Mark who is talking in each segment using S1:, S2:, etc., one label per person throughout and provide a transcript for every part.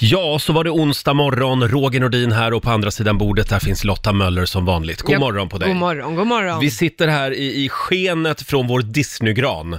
S1: Ja, så var det onsdag morgon. Roger Nordin här och på andra sidan bordet där finns Lotta Möller som vanligt. God
S2: Ja,
S1: morgon på dig.
S2: God morgon, god morgon.
S1: Vi sitter här i, i skenet från vår Disneygran.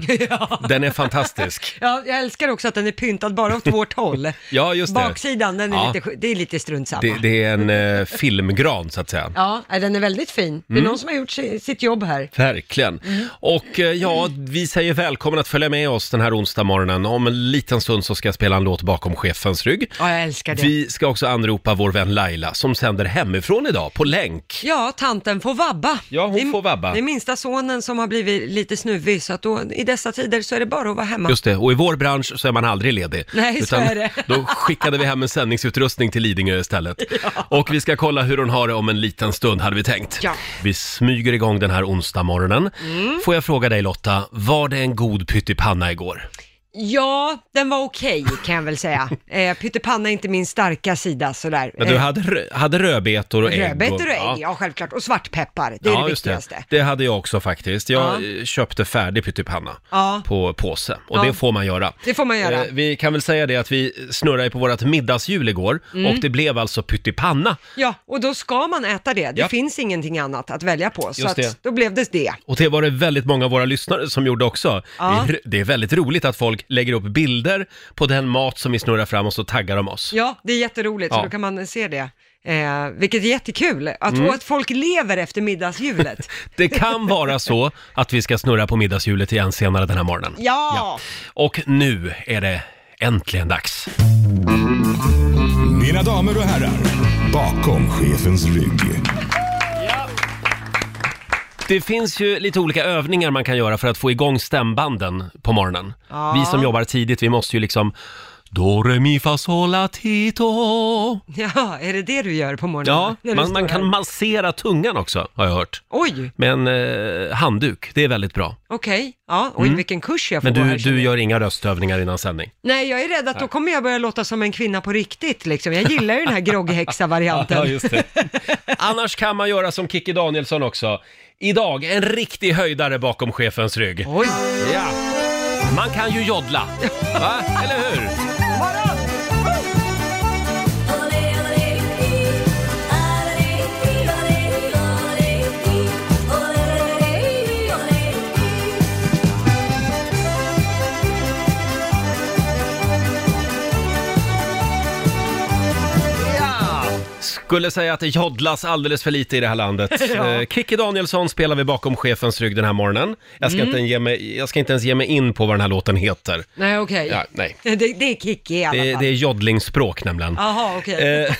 S1: Den är fantastisk.
S2: Ja, jag älskar också att den är pyntad bara åt vårt håll.
S1: Ja, just det.
S2: Baksidan, den är
S1: Ja.
S2: lite, det är lite strunt samma.
S1: Det, det är en eh, filmgran så att säga.
S2: Ja, nej, den är väldigt fin. Det är
S1: Mm.
S2: någon som har gjort si- sitt jobb här.
S1: Verkligen.
S2: Mm.
S1: Och eh, ja, vi säger välkommen att följa med oss den här onsdag morgonen. Om en liten stund så ska jag spela en låt bakom chefens rygg.
S2: Ja, jag älskar det.
S1: Vi ska också anropa vår vän Laila som sänder hemifrån idag på länk.
S2: Ja, tanten får vabba.
S1: Ja, hon
S2: det är,
S1: får vabba.
S2: Det är minsta sonen som har blivit lite snuvig, så att då, i dessa tider så är det bara att vara hemma.
S1: Just det, och i vår bransch så är man aldrig ledig.
S2: Nej, så är det.
S1: Då skickade vi hem en sändningsutrustning till Lidingö istället. Och vi ska kolla hur hon har det om en liten stund, hade vi tänkt.
S2: Ja. Mm.
S1: Vi smyger igång den här onsdag morgonen. Får jag fråga dig Lotta, var det en god pyttipanna igår?
S2: Ja, den var okej kan jag väl säga. Eh, pyttipanna är inte min starka sida sådär.
S1: Men du
S2: Eh,
S1: hade, rö- hade rödbetor och ägg?
S2: Rödbetor och ägg, ja.
S1: ja.
S2: självklart. Och svartpeppar, det är det
S1: just
S2: viktigaste.
S1: det. det hade jag också faktiskt. Jag
S2: Ja.
S1: eh, köpte färdig pyttipanna
S2: Ja.
S1: på påse och
S2: Ja.
S1: det får man göra.
S2: Det får man göra.
S1: Eh, Vi kan väl säga det att vi snurrade på vårt middagshjul igår
S2: Mm.
S1: och det blev alltså pyttipanna.
S2: Ja, och då ska man äta det. Det
S1: Ja.
S2: finns ingenting annat att välja på. Så
S1: Just det.
S2: att, då blev det det.
S1: Och det var det väldigt många av våra lyssnare som gjorde också.
S2: Ja.
S1: Det, är, det är väldigt roligt att folk lägger upp bilder på den mat som vi snurrar fram och så taggar de oss.
S2: Ja, det är jätteroligt,
S1: Ja.
S2: så då kan man se det. Eh, vilket är jättekul, att, och att folk lever efter middagshjulet.
S1: Det kan vara så att vi ska snurra på middagshjulet igen senare den här morgonen.
S2: Ja.
S1: Och nu är det äntligen dags.
S3: Mina damer och herrar, bakom chefens rygg.
S1: Det finns ju lite olika övningar man kan göra för att få igång stämbanden på morgonen.
S2: Ja.
S1: Vi som jobbar tidigt, vi måste ju liksom Do, re, mi, fa, sol, la, ti, do.
S2: ja, är det det du gör på morgonen?
S1: Ja,
S2: När du
S1: man,
S2: står
S1: man kan
S2: här?
S1: massera tungan också, har jag hört.
S2: Oj,
S1: Med en eh, handduk, det är väldigt bra.
S2: okej. Ja, oj, vilken kurs jag får
S1: Men
S2: gå
S1: du,
S2: här, känner
S1: du
S2: jag.
S1: gör inga röstövningar innan sändning?
S2: Nej, jag är rädd att då kommer jag börja låta som en kvinna på riktigt liksom. Jag gillar ju den här grogghäxa-varianten.
S1: just det. Annars kan man göra som Kikki Danielsson också. Idag, en riktig höjdare bakom chefens rygg.
S2: Oj,
S1: Ja. Man kan ju joddla, va? Eller hur? Skulle säga att det joddlas alldeles för lite i det här landet.
S2: Ja.
S1: Eh, Kikki Danielsson spelar vi bakom chefens rygg den här morgonen. Jag
S2: Mm.
S1: ska, inte, ge mig, jag ska inte ens ge mig in på vad den här låten heter.
S2: nej okej.
S1: Ja, nej.
S2: Det, det är Kikki i alla
S1: Det,
S2: fall.
S1: det är joddlingsspråk nämligen.
S2: Jaha, okej.
S1: Eh,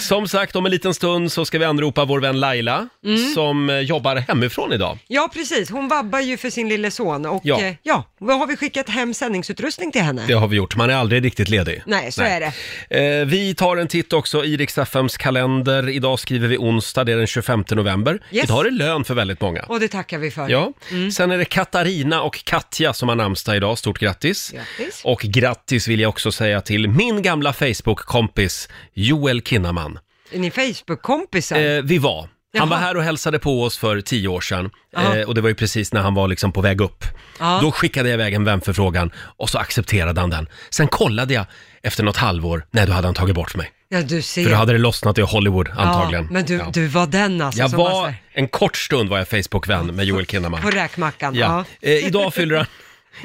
S1: som sagt, om en liten stund så ska vi anropa vår vän Laila
S2: Mm.
S1: som eh, jobbar hemifrån idag.
S2: Ja, precis. Hon vabbar ju för sin lille son och
S1: Ja.
S2: ja, eh, ja vad har vi skickat hem sändningsutrustning till henne?
S1: Det har vi gjort, man är aldrig riktigt ledig.
S2: Nej, så är det.
S1: Eh, vi tar en titt också i Rix FMs kalender. Idag skriver vi onsdag, det är den 25 november.
S2: Yes. Mm.
S1: Idag är det lön för väldigt många.
S2: Och det tackar vi för.
S1: Ja, sen är det Katarina och Katja som har namnsdag idag. Stort grattis!
S2: Grattis.
S1: Och grattis vill jag också säga till min gamla Facebook-kompis Joel Kinnaman.
S2: Är ni Facebook-kompisar?
S1: Eh, vi var. Han
S2: Jaha.
S1: var här och hälsade på oss för tio år sedan.
S2: Jaha.
S1: Eh, och det var ju precis när han var liksom på väg upp.
S2: Ja.
S1: Då skickade jag iväg en vänförfrågan och så accepterade han den. Sen kollade jag efter något halvår. Nej, då hade han tagit bort mig.
S2: ja, du ser.
S1: För då hade det lossnat i Hollywood antagligen.
S2: Ja, men du,
S1: Ja.
S2: du var den alltså
S1: jag
S2: som var så
S1: var,
S2: här,
S1: en kort stund var jag Facebook-vän med Joel Kinnaman.
S2: på räkmackan.
S1: Ja.
S2: Ja.
S1: Eh, idag, fyller han,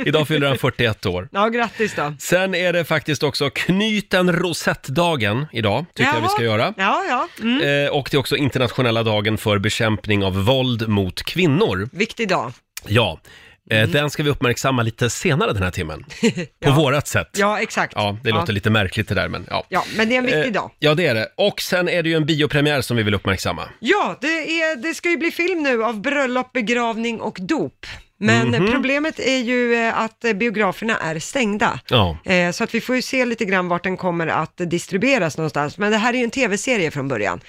S1: idag fyller han 41 år.
S2: ja, grattis då.
S1: Sen är det faktiskt också knyten rosettdagen idag, tycker jag vi ska
S2: Jaha.
S1: göra.
S2: Ja, ja. Mm.
S1: Eh, och det är också internationella dagen för bekämpning av våld mot kvinnor.
S2: Viktig dag.
S1: Ja, eh, den ska vi uppmärksamma lite senare den här timmen. På
S2: Mm. Ja.
S1: vårat sätt. Ja,
S2: Ja, exakt.
S1: det låter lite märkligt det där, men ja.
S2: Ja, men det är en viktig
S1: Eh,
S2: dag.
S1: Ja, det är det. Och sen är det ju en biopremiär som vi vill uppmärksamma.
S2: Ja, det, är, det ska ju bli film nu av bröllop, begravning och dop. Men
S1: Mhm.
S2: problemet är ju eh, att eh, biograferna är stängda.
S1: Ja.
S2: Eh, Så att vi får ju se lite grann vart den kommer att distribueras någonstans. Men det här är ju en tv-serie från början.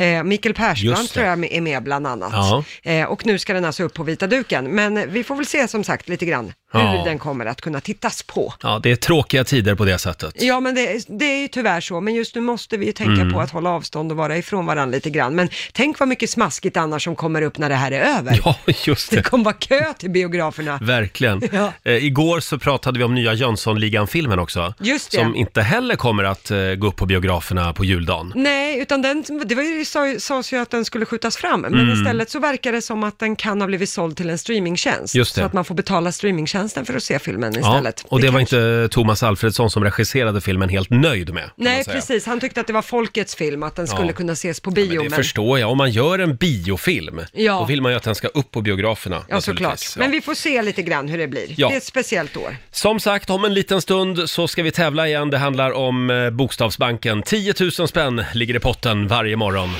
S2: Eh, Mikael
S1: Mm. Just
S2: Persbrandt
S1: det.
S2: tror jag är med bland annat.
S1: Ja.
S2: Eh, Och nu ska den alltså upp på vita duken. Men vi får väl se som sagt lite grann hur
S1: Ja.
S2: den kommer att kunna tittas på.
S1: Ja, det är tråkiga tider på det sättet.
S2: Ja, men det, det är ju tyvärr så. Men just nu måste vi ju tänka
S1: Mm.
S2: på att hålla avstånd och vara ifrån varandra lite grann. Men tänk vad mycket smaskigt annars som kommer upp när det här är över.
S1: Ja, just
S2: Det
S1: det.
S2: kommer vara kö till biograferna.
S1: Verkligen.
S2: Ja.
S1: Eh, igår så pratade vi om nya Jönssonligan-filmen också.
S2: Just det.
S1: Som inte heller kommer att eh, gå upp på biograferna på juldagen.
S2: Nej, utan den, det var ju, sa- sades ju att den skulle skjutas fram, men
S1: Mm.
S2: istället så verkar det som att den kan ha blivit såld till en streamingtjänst.
S1: Just det.
S2: Så att man får betala streamingtjänsten för att se filmen istället.
S1: och det, var
S2: kanske-
S1: inte Thomas Alfredsson som regisserade filmen helt nöjd med. kan man
S2: Nej,
S1: säga.
S2: precis. Han tyckte att det var folkets film, att den skulle kunna ses på bio.
S1: Men det
S2: men-
S1: förstår jag. Om man gör en biofilm,
S2: Ja.
S1: då vill man ju att den ska upp på biograferna.
S2: Ja, såklart.
S1: naturligtvis. Ja.
S2: Men vi får se lite grann hur det blir.
S1: Ja.
S2: Det är ett speciellt år.
S1: Som sagt, om en liten stund så ska vi tävla igen. Det handlar om eh, Bokstavsbanken. 10 000 spänn ligger i potten varje morgon.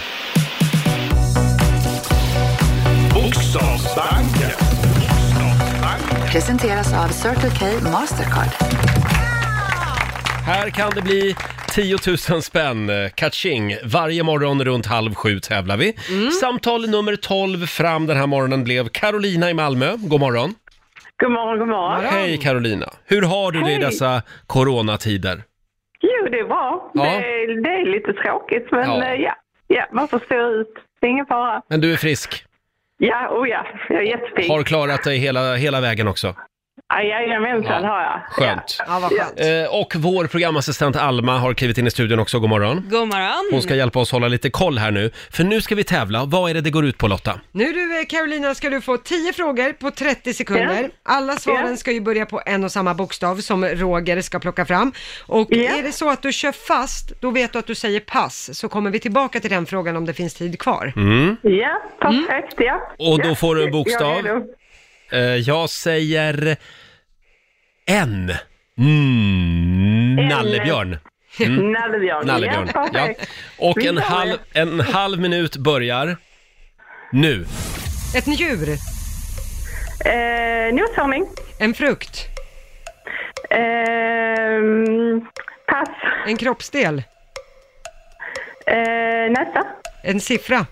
S3: Bokstavsbanken.
S4: Presenteras av Circle K Mastercard.
S1: Här kan det bli 10 000 spänn, eh, catching. Varje morgon runt halv sju tävlar vi.
S2: Mm.
S1: Samtal nummer 12 fram den här morgonen blev Carolina i Malmö. God morgon.
S5: God morgon, god morgon.
S1: Hej Carolina! Hur har du det i
S5: Hej.
S1: dessa coronatider?
S5: Jo, det är bra.
S1: Ja.
S5: Det, är- det är lite tråkigt, men
S1: Ja.
S5: ja. Ja, ja, man får stå ut. Det är ingen fara.
S1: Men du är frisk,
S5: Ja, oh ja, jag är jättepigg.
S1: har
S5: Har...
S1: klarat dig hela, hela vägen också.
S5: Jajamensan,
S1: Ja.
S5: har jag.
S1: Skönt.
S2: Ja, vad skönt.
S1: Eh, Och vår programassistent Alma har klivit in i studion också, god morgon.
S6: God morgon.
S1: Hon ska hjälpa oss hålla lite koll här nu, för nu ska vi tävla. Vad är det det går ut på Lotta?
S2: Nu du eh, Carolina ska du få 10 frågor på 30 sekunder.
S5: Ja.
S2: Alla svaren
S5: Ja.
S2: ska ju börja på en och samma bokstav som Roger ska plocka fram. Och
S5: Ja.
S2: är det så att du kör fast, då vet du att du säger pass, så kommer vi tillbaka till den frågan om det finns tid kvar.
S5: Ja, perfekt. Ja.
S1: Mm. Och
S5: ja.
S1: då får du en bokstav.
S5: Jag är redo.
S1: Eh, Jag säger... N. Mm, nallebjörn.
S5: Nallebjörn.
S1: Mm. Nallebjörn.
S5: Ja,
S1: Ja.
S5: perfekt.
S1: Och
S5: Vi
S1: en
S5: gör det.
S1: halv, en halv minut börjar nu.
S2: Ett djur,
S5: Eh, noshörning.
S2: en frukt,
S5: Eh, pass.
S2: en kroppsdel,
S5: Eh, nästa.
S2: en siffra,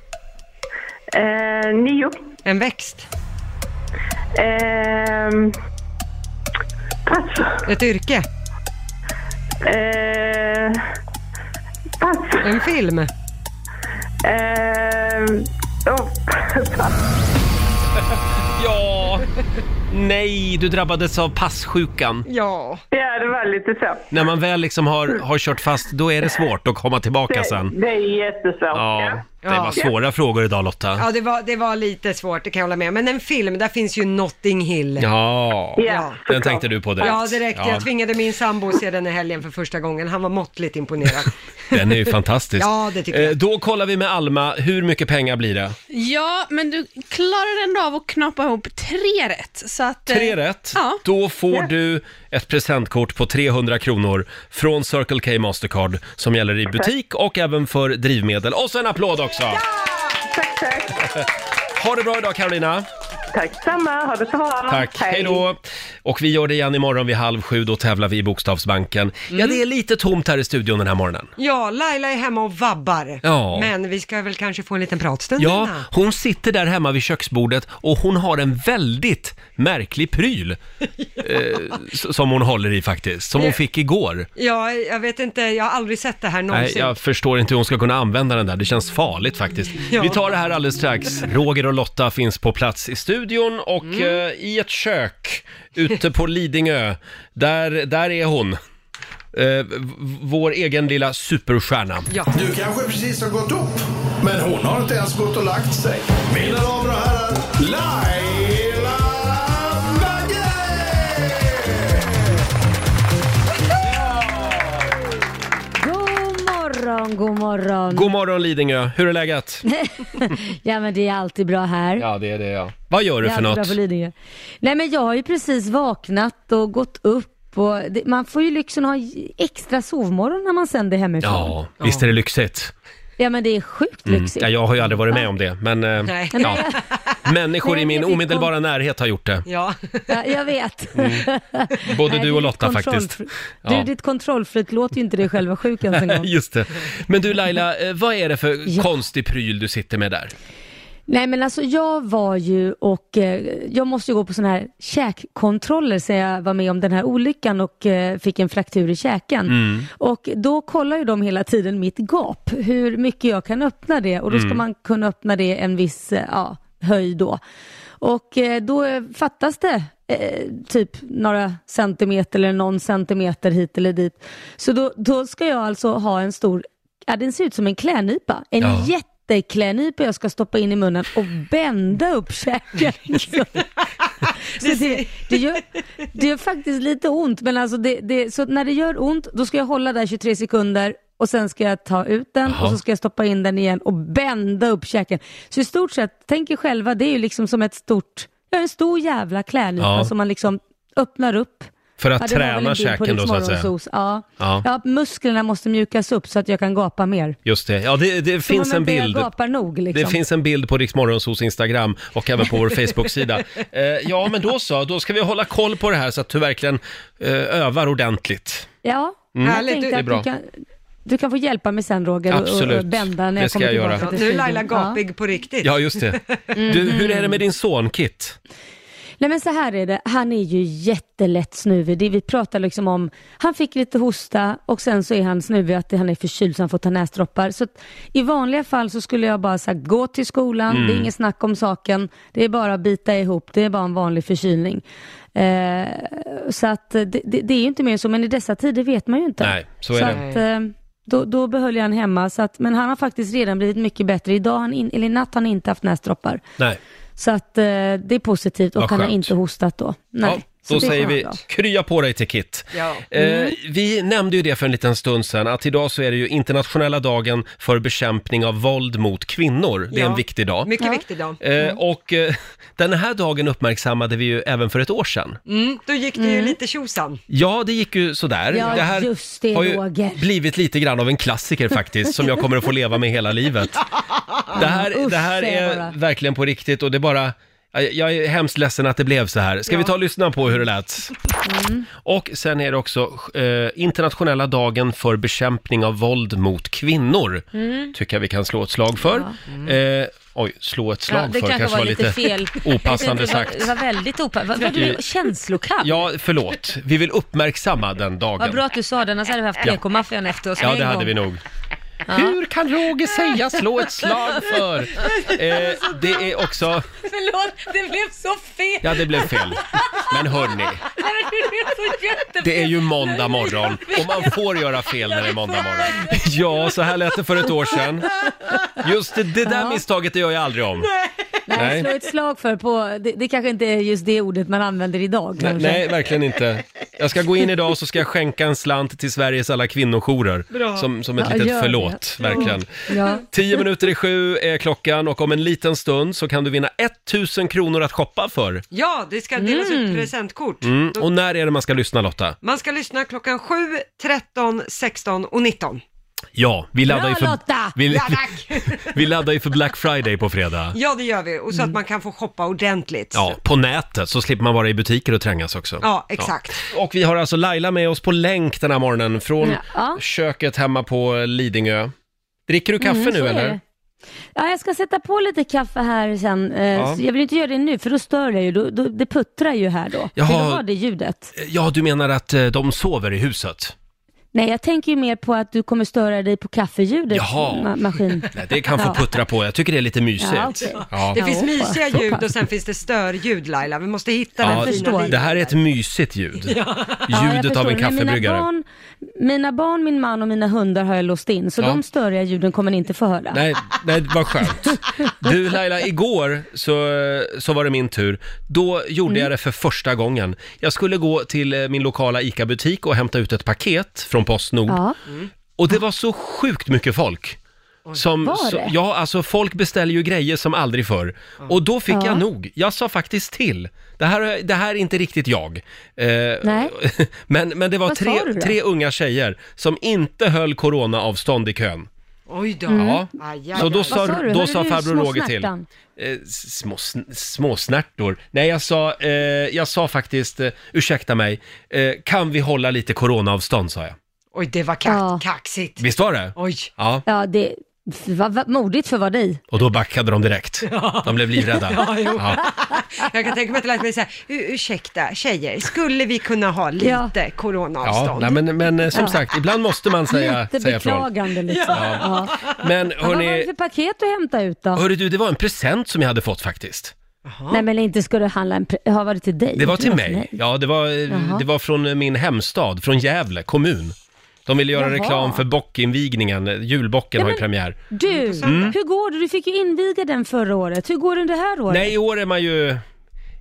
S5: Eh, nio.
S2: en växt,
S5: Eh, pass.
S2: ett yrke,
S5: Eh, pass.
S2: en film.
S5: Eh, oh, pass.
S1: Ja! Nej, du drabbades av passsjukan.
S2: Ja,
S5: Ja, det var lite så.
S1: När man väl liksom har, har kört fast, då är det svårt att komma tillbaka sen.
S5: Det, det är jättesvårt.
S1: Ja,
S5: Ja.
S1: det var svåra frågor idag Lotta.
S2: ja det, var, det var lite svårt, det kan jag hålla med om. Men en film, där finns ju Notting Hill.
S1: Ja,
S5: Ja,
S1: den tänkte du på direkt.
S2: Ja, direkt. Jag tvingade min sambo att se den i helgen för första gången. Han var måttligt imponerad.
S1: Den är ju fantastisk.
S2: Ja, det tycker jag.
S1: Eh, Då kollar vi med Alma, hur mycket pengar blir det?
S6: Ja, men du klarade ändå av att knappa ihop tre rätt. Så att, eh,
S1: Tre rätt.
S6: Ja.
S1: Då får du ett presentkort på 300 kronor från Circle K Mastercard som gäller i butik och även för drivmedel. Och så en applåd också!
S5: Tack, tack.
S1: Ha det bra idag Carolina!
S5: Tack samma. Ha det så bra.
S1: Tack, hej då! Och vi gör det igen imorgon vid halv sju, då tävlar vi i Bokstavsbanken. Ja, det är lite tomt här i studion den här morgonen.
S2: Ja, Laila är hemma och vabbar.
S1: Ja.
S2: Men vi ska väl kanske få en liten pratstund
S1: Ja,
S2: Lina?
S1: hon sitter där hemma vid köksbordet och hon har en väldigt märklig pryl eh, s- som hon håller i faktiskt, som hon fick igår.
S2: ja, jag vet inte, jag har aldrig sett det här
S1: Nej,
S2: någonsin.
S1: jag förstår inte hur hon ska kunna använda den där. Det känns farligt faktiskt.
S2: Ja.
S1: Vi tar det här alldeles strax. Roger och Lotta finns på plats i studion och eh, i ett kök ute på Lidingö. Där, där är hon. Eh, v- vår egen lilla superstjärna.
S7: Du kanske precis har gått upp, men hon har inte ens gått och lagt sig. Mina damer och herrar, Laila Bagge!
S8: God morgon, god morgon.
S1: God morgon Lidingö, hur är läget?
S8: Ja men det är alltid bra här.
S1: Ja, det är det ja. Vad gör du
S8: det är
S1: för
S8: alltid bra
S1: något?
S8: på Lidingö. Nej men jag har ju precis vaknat och gått upp och det, man får ju lyxen att ha extra sovmorgon när man sänder hemifrån.
S1: Ja, visst är det lyxigt?
S8: Ja men det är sjukt lyxigt.
S1: Ja, jag har ju aldrig varit med om det, men eh,
S2: Nej.
S1: ja. människor
S8: Nej,
S1: i min
S8: det fick
S1: omedelbara närhet har gjort det.
S2: Ja.
S8: Ja, jag vet.
S1: Både
S8: Nej,
S1: du
S8: det är
S1: och
S8: ditt
S1: Lotta
S8: kontrollfri-
S1: faktiskt.
S8: Du,
S1: Mm. Ja.
S8: ditt kontrollfreak låter ju inte dig själv vara sjuk ens en gång.
S1: Just det. Men du Laila, eh, vad är det för
S8: Ja.
S1: konstig pryl du sitter med där?
S8: Nej men alltså jag var ju och eh, jag måste ju gå på sådana här käkkontroller sen jag var med om den här olyckan och eh, fick en fraktur i käken. Och då kollar ju de hela tiden mitt gap, hur mycket jag kan öppna det och då ska man kunna öppna det en viss eh, ja, höjd då. Och eh, då eh, fattas det eh, typ några centimeter eller någon centimeter hit eller dit. Så då, då ska jag alltså ha en stor, ja den ser ut som en klädnypa, en
S1: Ja.
S8: jätte jätteklädnypa jag ska stoppa in i munnen och bända upp käken. Så, så det, det, gör, det gör faktiskt lite ont, men alltså det, det, så när det gör ont då ska jag hålla där 23 sekunder och sen ska jag ta ut den
S1: Jaha.
S8: och så ska jag stoppa in den igen och bända upp käken. Så i stort sett, tänk er själva, det är ju liksom som ett stort, ja en stor jävla klädnypa
S1: Ja.
S8: som man liksom öppnar upp.
S1: För att
S8: Ja, det var väl en
S1: träna
S8: bild på
S1: käken då
S8: Rix
S1: så att säga.
S8: Morgonzos, Ja.
S1: Ja.
S8: Ja. musklerna måste mjukas upp så att jag kan gapa mer.
S1: Just det. Ja, det, det
S8: Som
S1: finns
S8: om
S1: en
S8: inte jag
S1: bild.
S8: gapar nog liksom.
S1: Det finns en bild på Riksmorgonsos Instagram och även på vår Facebook-sida. Eh, ja, men då så. Då ska vi hålla koll på det här så att du verkligen eh, övar ordentligt.
S8: Ja, jag
S2: Härligt,
S8: tänkte
S2: det är
S8: att
S1: Mm. bra.
S8: du kan, du kan få hjälpa mig sen Roger och- och,
S1: Absolut.
S8: och bända när
S1: Det
S8: jag
S1: ska
S8: kommer
S1: jag göra.
S8: tillbaka
S2: Ja,
S8: till
S2: nu är
S8: studion.
S2: Laila
S8: Ja.
S2: gapig på riktigt.
S1: Ja, just det. Du, hur
S8: Mm.
S1: är det med din son Kit?
S8: Nej men så här är det, han är ju jättelätt snuvig. Det vi pratar liksom om, han fick lite hosta och sen så är han snuvig att han är förkyld så han får ta näsdroppar. Så att, i vanliga fall så skulle jag bara sagt gå till skolan, det
S1: Mm.
S8: är inget snack om saken, det är bara att bita ihop, det är bara en vanlig förkylning. Eh, så att eh, det, det, det är ju inte mer så, men i dessa tider vet man ju inte.
S1: Nej, så är
S8: så
S1: det.
S8: Att, eh, då, då behöll jag han hemma, så att, men han har faktiskt redan blivit mycket bättre. Idag, har han in, eller i natt, har han inte haft näsdroppar.
S1: Nej.
S8: Så att eh, det är positivt och
S1: Vad
S8: han har
S1: skönt.
S8: inte hostat då. Nej.
S1: Ja,
S8: så
S1: då
S8: det är
S1: säger
S8: skönt
S1: vi
S8: då.
S1: krya på dig till Kit.
S2: Ja.
S1: Eh, vi nämnde ju det för en liten stund sedan att idag så är det ju internationella dagen för bekämpning av våld mot kvinnor. Det är en
S2: Ja.
S1: viktig dag.
S2: Mycket viktig dag.
S1: Eh, och eh, den här dagen uppmärksammade vi ju även för ett år sedan.
S2: Mm, då gick det ju lite tjosan.
S1: Ja, det gick ju sådär.
S8: Ja,
S1: det här
S8: just det,
S1: har ju
S8: Roger.
S1: blivit lite grann av en klassiker faktiskt, som jag kommer att få leva med hela livet. Det här,
S8: usch,
S1: det här
S8: säger jag
S1: är
S8: bara.
S1: verkligen på riktigt och det är bara... jag- Jag är hemskt ledsen att det blev så här. Ska vi ta och lyssna på hur det lät? Och sen är det också eh, internationella dagen för bekämpning av våld mot kvinnor. Tycker jag vi kan slå ett slag för. Eh, oj, slå ett slag
S9: Ja, det
S1: för
S9: kanske var lite fel.
S1: opassande
S9: det var,
S1: sagt.
S9: det var väldigt opassande. Var, var du känslokall?
S1: Ja, förlåt. Vi vill uppmärksamma den dagen.
S9: Vad bra att du sa det, annars hade vi haft PK-maffian efter oss
S1: Ja,
S9: med
S1: det
S9: en
S1: hade
S9: gång.
S1: vi nog. Hur kan Roger säga slå ett slag för? Eh, det är också...
S9: Förlåt, det blev så fel!
S1: Ja, det blev fel. Men hörni,
S9: Nej, men Det blev så jättefel!
S1: det är ju måndag morgon och man får göra fel när det är måndag morgon. Ja, så här lät det för ett år sedan. Just det, det där misstaget det gör jag aldrig om. Nej.
S8: Nej, slå ett slag för på, det, det kanske inte är just det ordet man använder idag.
S1: Nej,
S8: kanske.
S1: nej, verkligen inte. Jag ska gå in idag och så ska jag skänka en slant till Sveriges alla kvinnojourer. Som, som ett
S8: Ja,
S1: litet
S8: gör det.
S1: förlåt, verkligen.
S8: Ja.
S1: Tio minuter i sju är klockan och om en liten stund så kan du vinna 1000 kronor att shoppa för.
S2: Ja, det ska delas ut presentkort.
S1: Mm. Och när är det man ska lyssna Lotta?
S2: Man ska lyssna klockan 7, 13, 16 och 19.
S1: Ja, vi laddar, ju
S8: Bra,
S1: för,
S8: Lotta!
S1: vi,
S2: Ja, tack!
S1: vi laddar ju för Black Friday på fredag.
S2: ja, det gör vi. Och så att man kan få shoppa ordentligt.
S1: Mm. Ja, på nätet så slipper man vara i butiker och trängas också.
S2: Ja, exakt.
S1: Ja. Och vi har alltså Laila med oss på länk den här morgonen från
S8: Ja.
S1: köket hemma på Lidingö. Dricker du
S9: Mm,
S1: kaffe
S8: Mm, så
S1: nu
S8: är
S1: eller?
S8: det. Ja, jag ska sätta på lite kaffe här sen. eh, så Jag vill inte göra det nu för då stör jag ju, då, då, det puttrar ju här då.
S1: Jaha.
S8: Vill du ha det ljudet?
S1: Ja, du menar att eh, de sover i huset?
S8: Nej, jag tänker ju mer på att du kommer störa dig på kaffeljudet,
S1: Jaha.
S8: ma- maskin.
S1: Nej, det kan få
S8: Ja.
S1: puttra på. Jag tycker det är lite mysigt.
S8: Ja, okej.
S1: Ja.
S2: Det finns
S8: hoppa.
S2: mysiga
S8: Hoppa.
S2: ljud och sen finns det störljud Laila. Vi måste hitta
S1: Ja,
S2: den fina
S8: förstår.
S2: linjen.
S1: det här är ett mysigt ljud.
S8: Ja, jag
S1: Ljudet av en
S8: förstår. Men Mina
S1: kaffebryggare.
S8: barn, mina barn, min man och mina hundar har jag låst in, så
S1: Ja.
S8: de störiga ljuden kommer ni inte få höra.
S1: Nej, nej, vad skönt. Du Laila, igår så, så var det min tur. Då gjorde
S8: Mm.
S1: jag det för första gången. Jag skulle gå till eh, min lokala ICA-butik och hämta ut ett paket från Postnord.
S8: Ja.
S1: Och det var så sjukt mycket folk. Som,
S8: Var
S1: så,
S8: det?
S1: ja, alltså folk beställer ju grejer som aldrig förr. Och då fick
S8: Ja.
S1: jag nog. Jag sa faktiskt till. Det här, det här är inte riktigt jag. Eh,
S8: Nej.
S1: men, men det var
S8: Vad sa du
S1: tre,
S8: då?
S1: tre unga tjejer som inte höll coronaavstånd i kön.
S2: Oj då.
S1: Ja.
S2: Aj,
S1: Så
S2: aj,
S1: då
S2: aj.
S1: sa,
S8: Vad sa du?
S1: då
S8: Hörde
S1: sa
S8: du
S1: farbror Roger till.
S8: småsnärtan?
S1: Eh, s- små, sn- små snärtor. Nej, jag sa, eh, jag sa faktiskt, eh, ursäkta mig, eh, kan vi hålla lite coronaavstånd sa jag.
S2: Oj, det var kax-
S8: Ja.
S2: kaxigt.
S1: Visst var det?
S2: Oj.
S1: Ja.
S8: Ja, det, Va, va, modigt för vad dig.
S1: Och då backade de direkt. De blev livrädda.
S2: Ja, jo.
S1: Ja.
S2: Jag kan tänka mig att det lät mig säga, ursäkta tjejer, skulle vi kunna ha lite
S1: Ja,
S2: coronaavstånd?
S1: nej, men, men eh, som sagt, ibland måste man säga,
S8: Lite
S1: säga ifrån.
S8: beklagande liksom. Ja.
S1: Men
S8: Vad var det
S1: hörni,
S8: för paket du hämtade ut då?
S1: hörru du, det var en present som jag hade fått faktiskt.
S8: Nej men inte ska du handla en pre- Har varit till dig?
S1: Det var till
S8: för
S1: mig. Ja, det var, eh,
S8: Jaha.
S1: det var från min hemstad, från Gävle kommun. De ville göra
S8: Jaha.
S1: reklam för bockinvigningen. Julbocken
S8: Ja,
S1: har ju
S8: men-
S1: premiär.
S8: Du,
S1: Mm.
S8: hur går det? Du fick ju inviga den förra året. Hur går det det här året?
S1: Nej, i år är man ju...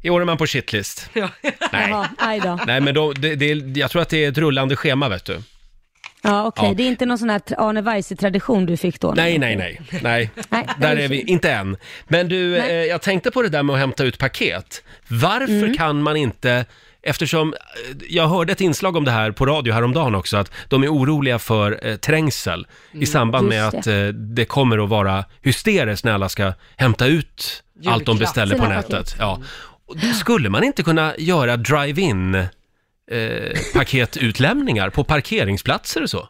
S1: I år är man på shitlist. Nej.
S8: Jaha, aj då.
S1: Nej, men då, det, det, jag tror att det är ett rullande schema, vet du.
S8: Ja, okej.
S1: Ja.
S8: Det är inte någon sån här Arne Weise-tradition du fick då?
S1: Nej, nej, nej. nej.
S8: Nej.
S1: Där är vi, inte än. Men du, eh, jag tänkte på det där med att hämta ut paket. Varför
S8: Mm.
S1: kan man inte, eftersom eh, jag hörde ett inslag om det här på radio häromdagen också, att de är oroliga för eh, trängsel i samband med
S8: Mm, just
S1: att eh, det kommer att vara hysteriskt när alla ska hämta ut allt de
S2: Julklapp.
S1: beställer på
S8: Sina
S1: nätet.
S8: paket. Mm.
S1: Ja. Och då Skulle man inte kunna göra drive-in eh, paketutlämningar på parkeringsplatser och så?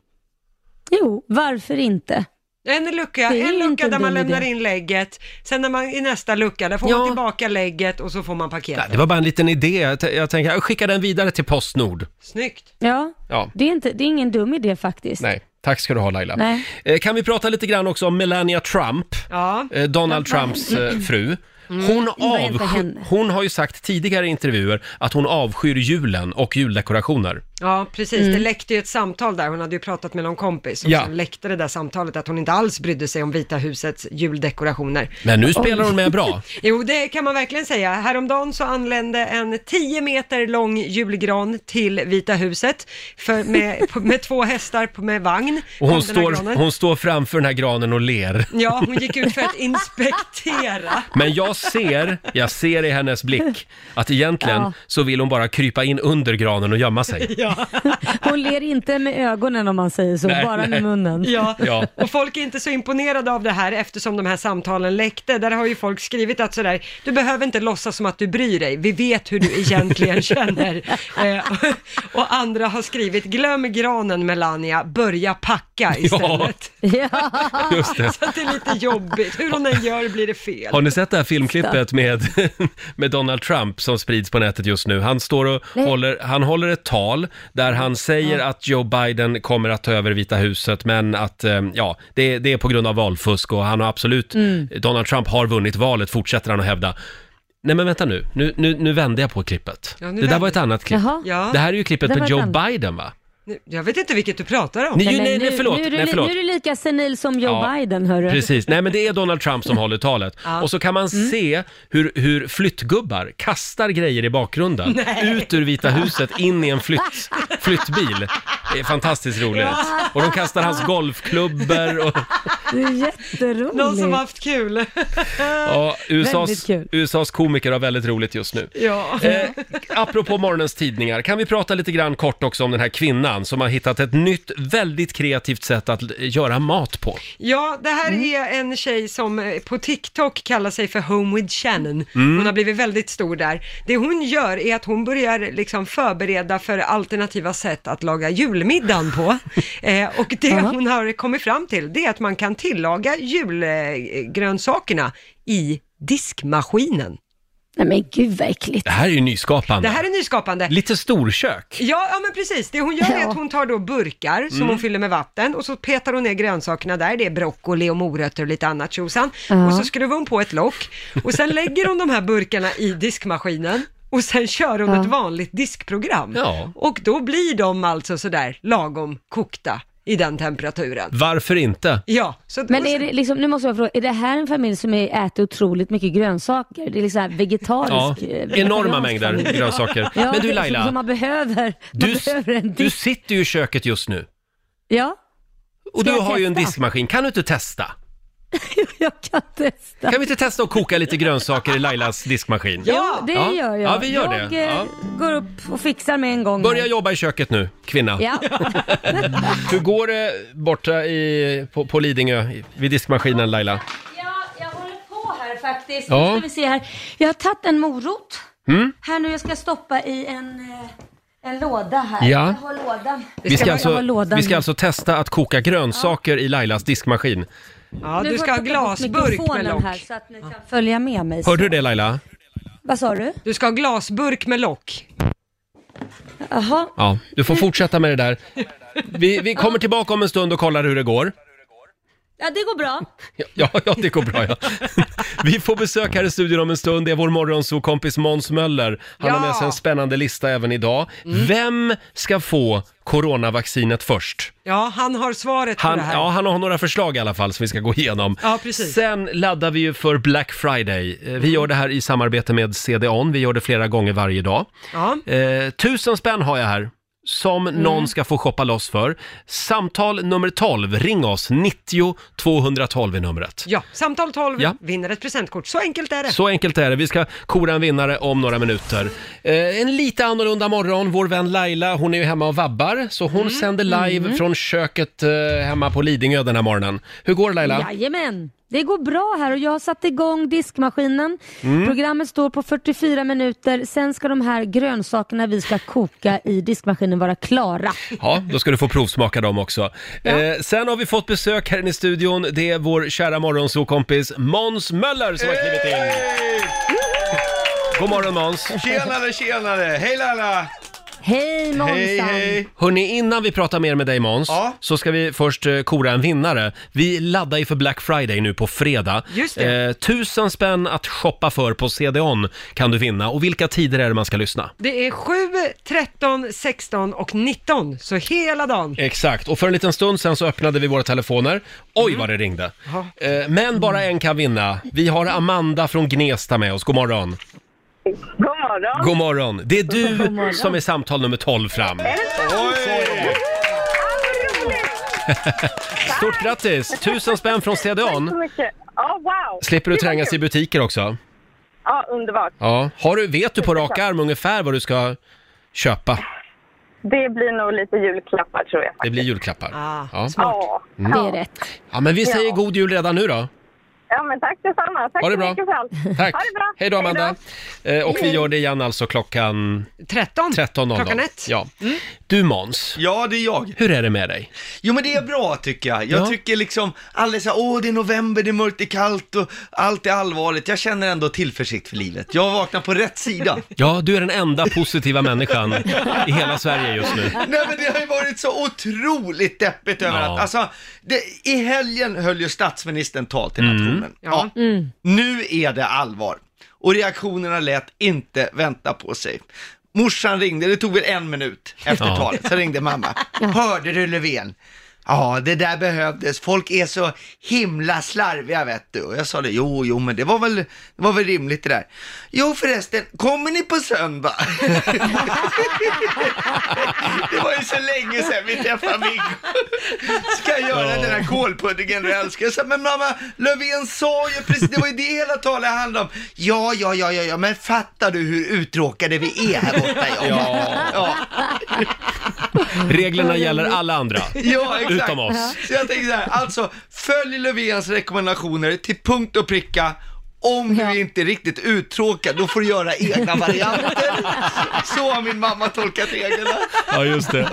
S8: Jo, varför inte?
S2: En lucka,
S8: Det är
S2: en
S8: inte
S2: lucka
S8: en
S2: där man
S8: dum
S2: lämnar
S8: idé.
S2: in lägget, sen när man, i nästa lucka, där får
S1: Ja.
S2: man tillbaka lägget och så får man paketet.
S1: Ja, det var bara en liten idé. Jag, t- jag tänker, jag skickar den vidare till Postnord.
S2: Snyggt!
S8: Ja,
S1: Ja.
S8: det är, inte, det är ingen dum idé faktiskt.
S1: Nej, tack ska du ha Laila.
S8: Nej.
S1: Eh, Kan vi prata lite grann också om Melania Trump,
S2: Ja.
S1: eh, Donald Trumps eh, fru. Hon,
S8: Mm. vad hände
S1: avsky-
S8: henne?
S1: hon har ju sagt tidigare i intervjuer att hon avskyr julen och juldekorationer.
S2: Ja, precis. Det läckte ju ett samtal där. Hon hade ju pratat med någon kompis och
S1: Mm. Ja.
S2: sen läckte det där samtalet att hon inte alls brydde sig om Vita husets juldekorationer.
S1: Men nu spelar hon med bra.
S2: Jo, det kan man verkligen säga. Häromdagen så anlände en 10 meter lång julgran till Vita huset för, med, med två hästar på- med vagn.
S1: Och hon
S2: kom den här
S1: står,
S2: granen.
S1: hon står framför den här granen och ler.
S2: Ja, hon gick ut för att inspektera.
S1: Men jag ser, jag ser i hennes blick att egentligen
S8: Ja.
S1: så vill hon bara krypa in under granen och gömma sig.
S8: Hon ler inte med ögonen om man säger så,
S1: Nej,
S8: bara
S1: nej.
S8: med munnen.
S2: Ja.
S1: Ja.
S2: och folk är inte så imponerade av det här eftersom de här samtalen läckte. Där har ju folk skrivit att sådär, du behöver inte låtsas som att du bryr dig, vi vet hur du egentligen känner. Eh, och andra har skrivit, glöm granen Melania, börja packa istället.
S8: Ja.
S1: Just det.
S2: Så att det är lite jobbigt, hur hon än gör blir det fel.
S1: Har ni sett det här filmklippet med, med Donald Trump som sprids på nätet just nu? Han står och
S8: Nej.
S1: håller, han håller ett tal där han säger att Joe Biden kommer att ta över Vita huset men att eh, ja, det, det är på grund av valfusk och han har absolut,
S8: Mm.
S1: Donald Trump har vunnit valet fortsätter han att hävda. Nej men vänta nu, nu, nu, nu vände jag på klippet.
S2: Ja,
S1: det där
S2: nu vände
S1: var ett
S2: du.
S1: annat klipp.
S8: Jaha.
S2: Ja.
S1: Det här är ju klippet
S8: Det
S1: med
S8: var
S1: Joe
S8: ett annat.
S1: Biden va?
S2: Nu- Jag vet inte vilket du pratar om.
S1: Nej, ju-
S8: men
S1: nej, nej,
S8: nu-
S1: förlåt.
S8: Nu är, du,
S1: Nej,
S8: li-
S1: förlåt.
S8: nu är du lika senil som Joe
S1: Ja,
S8: Biden, hörru.
S1: Precis, nej men det är Donald Trump som håller talet. Och så kan man
S2: Mm.
S1: se hur, hur flyttgubbar kastar grejer i bakgrunden. Ut ur Vita huset, in i en flytt, flyttbil. Det är fantastiskt roligt. Och de kastar hans golfklubbor och,
S8: Det är
S2: Någon som har
S8: jätteroligt.
S2: haft kul.
S1: ja,
S8: Väldigt
S1: USAs,
S8: kul.
S1: USAs komiker har väldigt roligt just nu.
S2: Ja.
S1: Eh, apropå morgonens tidningar, kan vi prata lite grann kort också om den här kvinnan som har hittat ett nytt, väldigt kreativt sätt att l- göra mat på.
S2: Ja, det här är en tjej som eh, på TikTok kallar sig för Home with Shannon. Hon har blivit väldigt stor där. Det hon gör är att hon börjar liksom förbereda för alternativa sätt att laga julmiddagen på. eh, och det hon har kommit fram till, det är att man kan tillaga julgrönsakerna i diskmaskinen.
S8: Nej men gud vad äckligt.
S1: Det här är ju nyskapande.
S2: Det här är nyskapande.
S1: Lite storkök.
S2: Ja, ja men precis. Det hon gör är
S8: Ja. Mm.
S2: att hon tar då burkar som hon fyller med vatten och så petar hon ner grönsakerna där. Det är broccoli och morötter och lite annat tjosan.
S8: Ja.
S2: Och så skruvar hon på ett lock och sen lägger hon de här burkarna i diskmaskinen och sen kör hon ett vanligt diskprogram.
S1: Ja.
S2: Och då blir de alltså sådär lagom kokta i den temperaturen.
S1: Varför inte?
S2: Ja, så
S8: Men är det liksom, nu måste jag fråga, är det här en familj som är, äter otroligt mycket grönsaker? Det är liksom här
S1: Ja,
S8: vegetarisk? eh,
S1: enorma
S8: vegetariansk
S1: mängder
S8: familj.
S1: grönsaker.
S8: Ja,
S1: Men du
S8: Som
S1: Laila,
S8: man behöver, man
S1: du,
S8: behöver en
S1: du
S8: disk.
S1: sitter ju i köket just nu
S8: Ja,
S1: och
S8: Ska
S1: du
S8: jag
S1: har ju en
S8: testa?
S1: diskmaskin. Kan du inte testa?
S8: jag kan testa.
S1: Kan vi inte testa att koka lite grönsaker i Lailas diskmaskin?
S2: Ja.
S8: Jo, det
S1: Ja.
S8: gör jag.
S1: Ja, vi gör
S8: jag
S1: det.
S8: eh,
S1: Ja.
S8: går upp och fixar med en gång.
S1: Börja
S8: här.
S1: jobba i köket nu, kvinna.
S8: Ja.
S1: Hur går det borta i, på, på Lidingö i- vid diskmaskinen Laila?
S8: Ja, jag håller på här faktiskt.
S1: Ja. Mm.
S8: Nu ska vi se här. Jag har tagit en morot. Här nu, jag ska stoppa i en, eh, en låda här.
S1: Ja.
S8: Jag har lådan.
S1: Vi ska,
S8: jag har
S1: alltså,
S8: lådan.
S1: vi ska alltså testa att koka grönsaker i Lailas diskmaskin.
S2: Ja,
S8: Nu
S2: du
S8: får
S2: ska ha
S8: jag plocka bort
S2: glasburk med
S8: mikrofonen
S2: lock.
S8: Här, så att ni kan följa med mig.
S1: Hörde du det Laila?
S8: Vad sa du?
S2: Du ska ha glasburk med lock.
S8: Jaha.
S1: Ja, du får fortsätta med det där. Vi, vi kommer tillbaka om en stund och kollar hur det går.
S8: Ja, det går bra.
S1: Ja, ja, det går bra ja. Vi får besök här i studion om en stund. Det är vår morgonsokompis Måns Möller. Han har
S2: Ja. Mm.
S1: med sig en spännande lista även idag. Vem ska få coronavaccinet först?
S2: Ja, han har svaret på
S1: Han,
S2: det här.
S1: ja, han har några förslag i alla fall som vi ska gå igenom.
S2: Ja, precis.
S1: Sen laddar vi ju för Black Friday. Eh, Vi gör det här i samarbete med CDON. Vi gör det flera gånger varje dag.
S2: Ja.
S1: Eh, tusen spänn har jag här som
S2: Mm.
S1: någon ska få shoppa loss för. Samtal nummer 12, ring oss, 90 212 är numret.
S2: ja, samtal 12
S1: Ja.
S2: vinner ett presentkort. Så enkelt är det.
S1: Så enkelt är det. Vi ska kora en vinnare om några minuter. Eh, en lite annorlunda morgon. Vår vän Laila, hon är ju hemma och vabbar, så hon sänder live från köket eh, hemma på Lidingö den här morgonen. Hur går det Laila?
S8: Jajamän. Det går bra här och jag har satt igång diskmaskinen.
S1: Mm.
S8: Programmet står på 44 minuter. Sen ska de här grönsakerna vi ska koka i diskmaskinen vara klara.
S1: Ja, då ska du få provsmaka dem också. Eh, sen har vi fått besök här inne i studion. Det är vår kära morgonsokompis Måns Möller som har klivit in. God morgon Måns!
S7: Tjenare, tjenare! Hej Laila!
S8: Hej Månsan!
S7: Hej, hej!
S1: Hörni, innan vi pratar mer med dig Måns,
S7: Ja.
S1: så ska vi först eh, kora en vinnare. Vi laddar ju för Black Friday nu på fredag.
S2: Just det.
S1: Eh, tusen spänn att shoppa för på CDON kan du vinna. Och vilka tider är det man ska lyssna?
S2: Det är 7, 13, 16 och 19, så hela dagen.
S1: Exakt, och för en liten stund sen så öppnade vi våra telefoner. Oj vad det ringde! Eh, men bara en kan vinna. Vi har Amanda från Gnesta med oss. God morgon!
S5: God morgon.
S1: God morgon! Det är du som är samtal nummer 12 fram.
S7: Oj!
S1: Stort grattis! Tusen spänn från
S5: Så
S1: CDON.
S5: mycket. Ja, wow.
S1: Slipper du
S5: Det var
S1: trängas i
S5: kul.
S1: butiker också.
S5: Ja, underbart.
S1: Ja, har du, vet du på rak arm ungefär vad du ska köpa?
S5: Det blir nog lite julklappar tror jag.
S1: Det blir julklappar.
S2: Ah,
S1: Ja.
S5: Ja,
S8: Det är rätt.
S1: ja, men vi säger
S5: Ja.
S1: god jul redan nu då.
S5: ja men tack detsamma. Tack
S1: Ha det
S5: så
S1: bra.
S5: mycket för allt.
S1: Tack!
S5: Ha det bra.
S1: Hej då Amanda!
S5: Hej
S1: Eh, Och vi gör det igen alltså klockan
S2: 13,
S1: 13.00.
S2: klockan 1.
S1: Ja. Du Måns,
S7: Ja, det är jag.
S1: hur är det med dig?
S7: Jo men det är bra tycker jag. Jag
S1: Ja.
S7: tycker liksom, alla säger åh det är november, det är mörkt, det är kallt och allt är allvarligt. Jag känner ändå tillförsikt för livet. Jag vaknar på rätt sida.
S1: Ja, du är den enda positiva människan i hela Sverige just nu.
S7: Nej men det har ju varit så otroligt deppigt överallt.
S1: Ja.
S7: Alltså, det, i helgen höll ju statsministern tal till
S1: Mm.
S7: nationen. Ja. Nu är det allvar. Och reaktionerna lät inte vänta på sig. Morsan ringde, det tog väl en minut efter
S1: Ja.
S7: talet, så ringde mamma. Hörde du Löfven? Ja, det där behövdes. Folk är så himla slarviga vet du. Och jag sa det, jo, jo, men det var väl, det var väl rimligt det där. Jo förresten, kommer ni på söndag? Det var ju så länge sedan vi träffade Viggo. Ska jag göra den här kålpuddingen du älskar? Jag sa, men mamma, Löfven sa ju precis, det var ju det hela talet handlade om. Ja, ja, ja, ja, ja, men fattar du hur uttråkade vi är här borta? Ja, ja.
S1: Reglerna gäller alla andra.
S7: ja exakt.
S1: Utom oss.
S7: Så jag tänker så här, alltså följ Löfvens rekommendationer till punkt och pricka. Om du inte är riktigt uttråkad, då får du göra egna varianter. Så har min mamma tolkat reglerna.
S1: Ja, just det.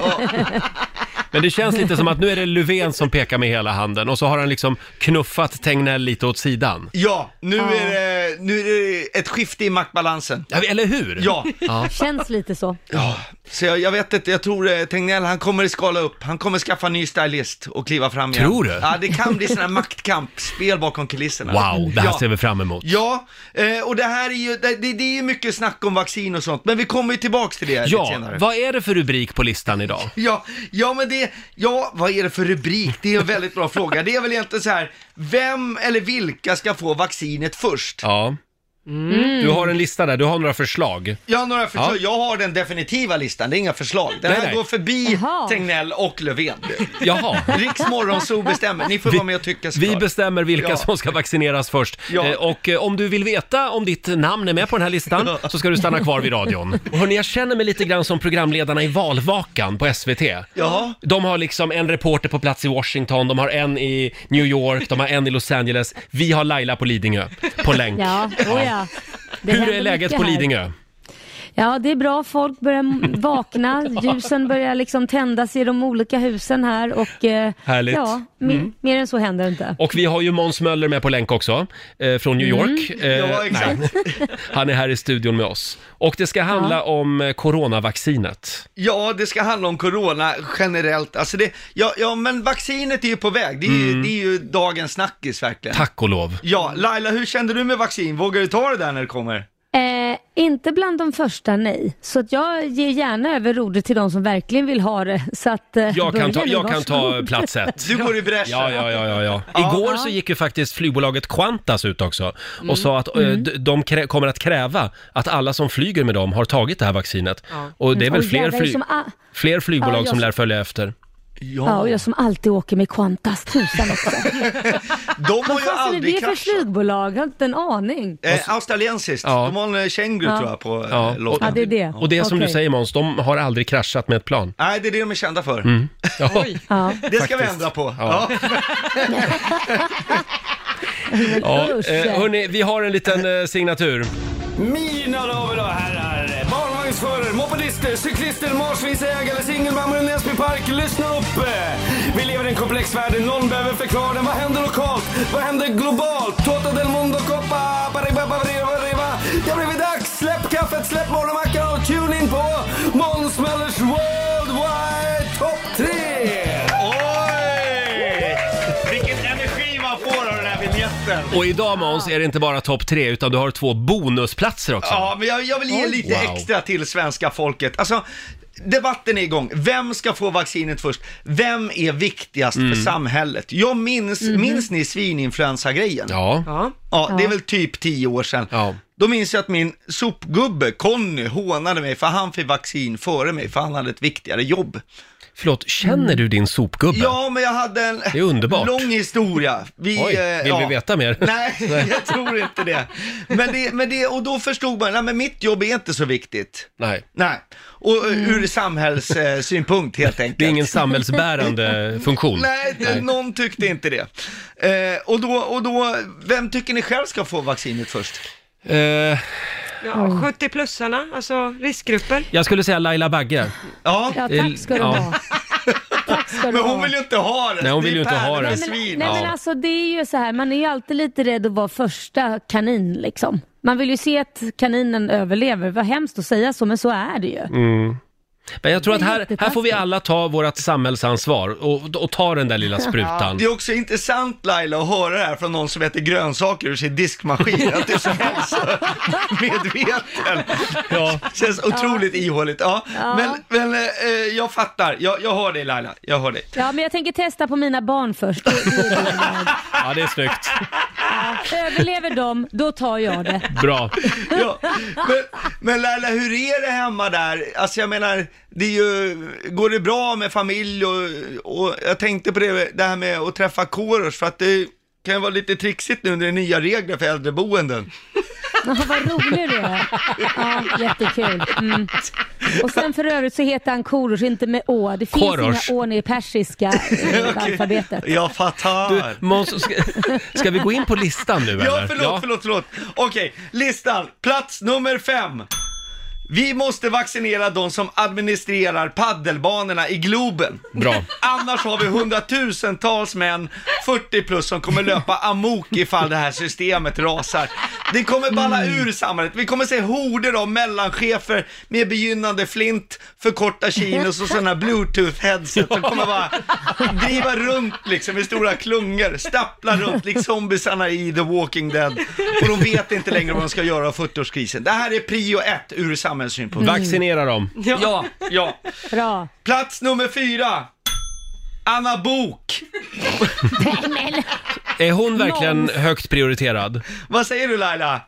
S1: Men det känns lite som att nu är det Löfven som pekar med hela handen och så har han liksom knuffat Tegnell lite åt sidan.
S7: Ja, nu, Är det, nu är det ett skifte i maktbalansen.
S1: Ja, Eller hur?
S7: Ja,
S8: Känns lite så.
S7: ja. så jag, jag vet inte, jag tror eh, Tegnell, han kommer skala upp, han kommer skaffa en ny stylist och kliva fram igen.
S1: Tror du?
S7: Ja, det kan bli sån här maktkampspel bakom kulisserna.
S1: Wow, det här
S7: ja.
S1: ser vi fram emot.
S7: Ja, eh, och det här är ju, det, det det är ju mycket snack om vaccin och sånt, men vi kommer ju tillbaks till det lite
S1: Ja,
S7: senare.
S1: vad är det för rubrik på listan idag?
S7: Ja, ja, men det, ja, vad är det för rubrik? Det är en väldigt bra fråga. Det är väl egentligen så här, vem eller vilka ska få vaccinet först?
S1: Ja.
S7: Mm.
S1: Du har en lista där, du har några förslag.
S7: Jag har några förslag.
S1: Ja.
S7: Jag har den definitiva listan, det är inga förslag. Den
S1: Nej,
S7: här
S1: nej.
S7: går förbi
S8: Jaha.
S7: Tegnell och Löfven.
S1: Jaha.
S7: Riks morgonzoo bestämmer, ni får vara med och tycka
S1: Vi
S7: såklart.
S1: bestämmer vilka
S7: Ja.
S1: som ska vaccineras först.
S7: Ja.
S1: Eh, Och eh, om du vill veta om ditt namn är med på den här listan så ska du stanna kvar vid radion. Och Hörni, jag känner mig lite grann som programledarna i valvakan på SVT.
S7: Jaha.
S1: De har liksom en reporter på plats i Washington, de har en i New York, de har en i Los Angeles. Vi har Laila på Lidingö, på länk.
S8: Ja, oh ja. Det
S1: Hur
S8: händer
S1: är läget
S8: mycket
S1: på
S8: här.
S1: Lidingö?
S8: Ja, det är bra. Folk börjar m- vakna. Ljusen börjar liksom tändas i de olika husen här och eh,
S1: Härligt.
S8: ja, mer,
S1: Mm.
S8: mer än så händer inte.
S1: Och vi har ju Måns Möller med på länk också, eh, från New
S8: Mm.
S1: York. Eh,
S7: Ja, exakt.
S1: nej. Han är här i studion med oss. Och det ska handla om eh, coronavaccinet.
S7: Ja, det ska handla om corona generellt. Alltså det, ja, ja, men vaccinet är ju på väg. Det är, ju- det är ju dagens snackis verkligen.
S1: Mm. Tack och lov.
S7: Ja, Laila, hur kände du med vaccin? Vågar du ta det där när det kommer?
S8: Eh, inte bland de första, nej. Så att jag ger gärna över rodret till de som verkligen vill ha det. Så att, eh,
S1: Jag kan
S8: börja
S1: ta,
S8: nu,
S1: jag kan ta
S8: varsågod.
S1: plats ett.
S7: Du går i bräschen.
S1: Ja, ja, ja, ja, ja. Igår så gick ju faktiskt flygbolaget Qantas ut också och
S8: Mm.
S1: sa att eh, d- de krä- kommer att kräva att alla som flyger med dem har tagit det här vaccinet. Och det är väl
S8: Åh,
S1: fler,
S8: jävlar,
S1: fly-
S8: som liksom a-
S1: fler flygbolag
S8: Ja, jag
S1: som
S8: så-
S1: lär följa efter.
S8: Ja, och jag som alltid åker med Qantas, tusan också.
S7: De har ju
S8: Vad fasen är
S7: aldrig
S8: det för
S7: kraschat.
S8: flygbolag? Jag har inte en aning.
S7: Eh, australiensiskt.
S1: Ja.
S7: De har en känguru tror jag på eh,
S1: Ja.
S7: låten.
S8: Ja, det är det.
S1: Och det är som
S8: Okej.
S1: du säger Måns, de har aldrig kraschat med ett plan.
S7: Nej, det är det de är kända för.
S1: Ja.
S8: Ja.
S7: Det ska vi ändra på.
S1: Mm. Ja.
S7: Ja.
S1: Ja,
S8: Usch.
S1: eh, hörni, vi har en liten eh, signatur.
S10: Mina damer och herrar, barnvagnsförare, mopedister, cyklister, marsvinsägare, singelmammor i Näsby park. Lyssna upp! Vi lever i en komplex värld, någon behöver förklara den. Vad händer lokalt? Vad händer globalt? Tota del mondo coppa, baribabariba, Det blir dags! Släpp kaffet, släpp morgonmackan och tune in på Måns Möllers Worldwide Top 3!
S7: Oj! Vilken energi man får av den här vignetten.
S1: Och idag Måns är det inte bara topp tre utan du har två bonusplatser också.
S7: Ja, men jag, jag vill ge lite
S1: Wow.
S7: extra till svenska folket. Alltså, debatten är igång. Vem ska få vaccinet först? Vem är viktigast för
S1: Mm.
S7: samhället? Jag minns, minns ni svininfluensagrejen?
S1: Ja.
S2: Ja.
S7: Ja, det är väl typ tio år sedan.
S1: Ja.
S7: Då minns jag att min sopgubbe, Conny, hånade mig för han fick vaccin före mig för han hade ett viktigare jobb.
S1: Förlåt, känner du din sopgubbe?
S7: Ja, men jag hade en
S1: är underbart.
S7: lång historia. Vi,
S1: Oj,
S7: eh,
S1: vill vi veta mer?
S7: Nej, jag tror inte det. Men det, men det och då förstod man, nej men mitt jobb är inte så viktigt.
S1: Nej.
S7: Nej, och eh, ur samhällssynpunkt helt enkelt.
S1: Mm. Det är ingen samhällsbärande funktion.
S7: Nej, det, någon tyckte inte det. Eh, och, då, och då, vem tycker ni själv ska få vaccinet först?
S1: Eh,
S2: ja 70-plussarna, alltså riskgrupper.
S1: jag skulle säga Laila Bagge.
S7: Ja,
S8: Ja, tack ska du
S1: eh, Ja.
S8: ha. Tack ska du
S7: men
S8: ha.
S7: hon vill ju inte ha det.
S1: Nej, hon
S7: Det
S1: vill
S7: är
S1: ju inte ha det.
S7: pärlorna i
S8: Nej, men,
S7: Svin.
S8: nej men
S1: Ja.
S8: alltså det är ju så här, man är ju alltid lite rädd att vara första kanin liksom. Man vill ju se att kaninen överlever. Vad hemskt att säga så, men så är det ju.
S1: Men jag tror att här, här får vi
S8: jättetaskigt.
S1: alla ta vårt samhällsansvar och, och ta den där lilla sprutan.
S7: Det är också intressant Laila att höra det här från någon som äter grönsaker ur sin diskmaskin. Att det är så hälsomedveten.
S1: Ja.
S7: Känns otroligt ihåligt. Ja. Men, men eh, jag fattar. Jag, jag hör dig Laila. Jag hör dig.
S8: Ja, men jag tänker testa på mina barn först. Det- det är det jag gör.
S1: ja, det är snyggt.
S8: Överlever de, då tar jag det.
S1: Bra.
S7: Ja. Men, men Laila, hur är det hemma där? Alltså jag menar, det är ju, går det bra med familj och, och jag tänkte på det, det här med att träffa Korosh för att det kan ju vara lite trixigt nu när det är nya regler för äldreboenden.
S8: Ja, vad rolig du är. Ja, jättekul. Mm. Och sen för övrigt så heter han Korosh, inte med å. Det finns
S1: Korosh.
S8: inga ån i persiska eh, alfabetet.
S7: Jag fattar.
S1: Måns, ska, ska vi gå in på listan nu eller?
S7: Ja, förlåt, förlåt, förlåt. Okej, listan. Plats nummer fem. Vi måste vaccinera de som administrerar paddelbanorna i Globen.
S1: Bra.
S7: Annars har vi hundratusentals män, 40 plus, som kommer löpa amok ifall det här systemet rasar. Det kommer balla ur samhället. Vi kommer se horder av mellanchefer med begynnande flint, för korta chinos och sådana bluetooth-headset som kommer bara driva runt liksom i stora klungor, stappla runt liksom zombisarna i The Walking Dead. Och de vet inte längre vad de ska göra av 40-årskrisen. Det här är prio ett ur
S1: Mm.
S7: samhällssynpunkt.
S1: Vaccinera dem.
S7: Mm. Ja, ja.
S8: Bra.
S7: Plats nummer fyra. Anna Bok.
S1: Är hon verkligen
S8: Måns.
S1: högt prioriterad?
S7: Vad säger du Laila?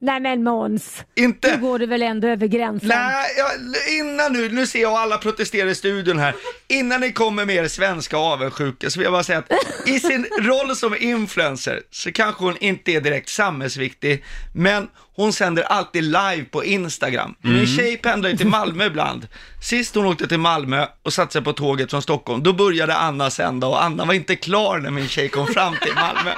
S8: Nej men Måns, nu
S7: Inte?
S8: går du väl ändå över gränsen?
S7: Nej, jag, innan nu, nu ser jag alla protestera i studion här. Innan ni kommer med er svenska avundsjuka så vill jag bara säga att i sin roll som influencer så kanske hon inte är direkt samhällsviktig, men hon sänder alltid live på Instagram. Min tjej pendlar ju till Malmö ibland. Sist hon åkte till Malmö och satte sig på tåget från Stockholm, då började Anna sända och Anna var inte klar när min tjej kom fram till Malmö.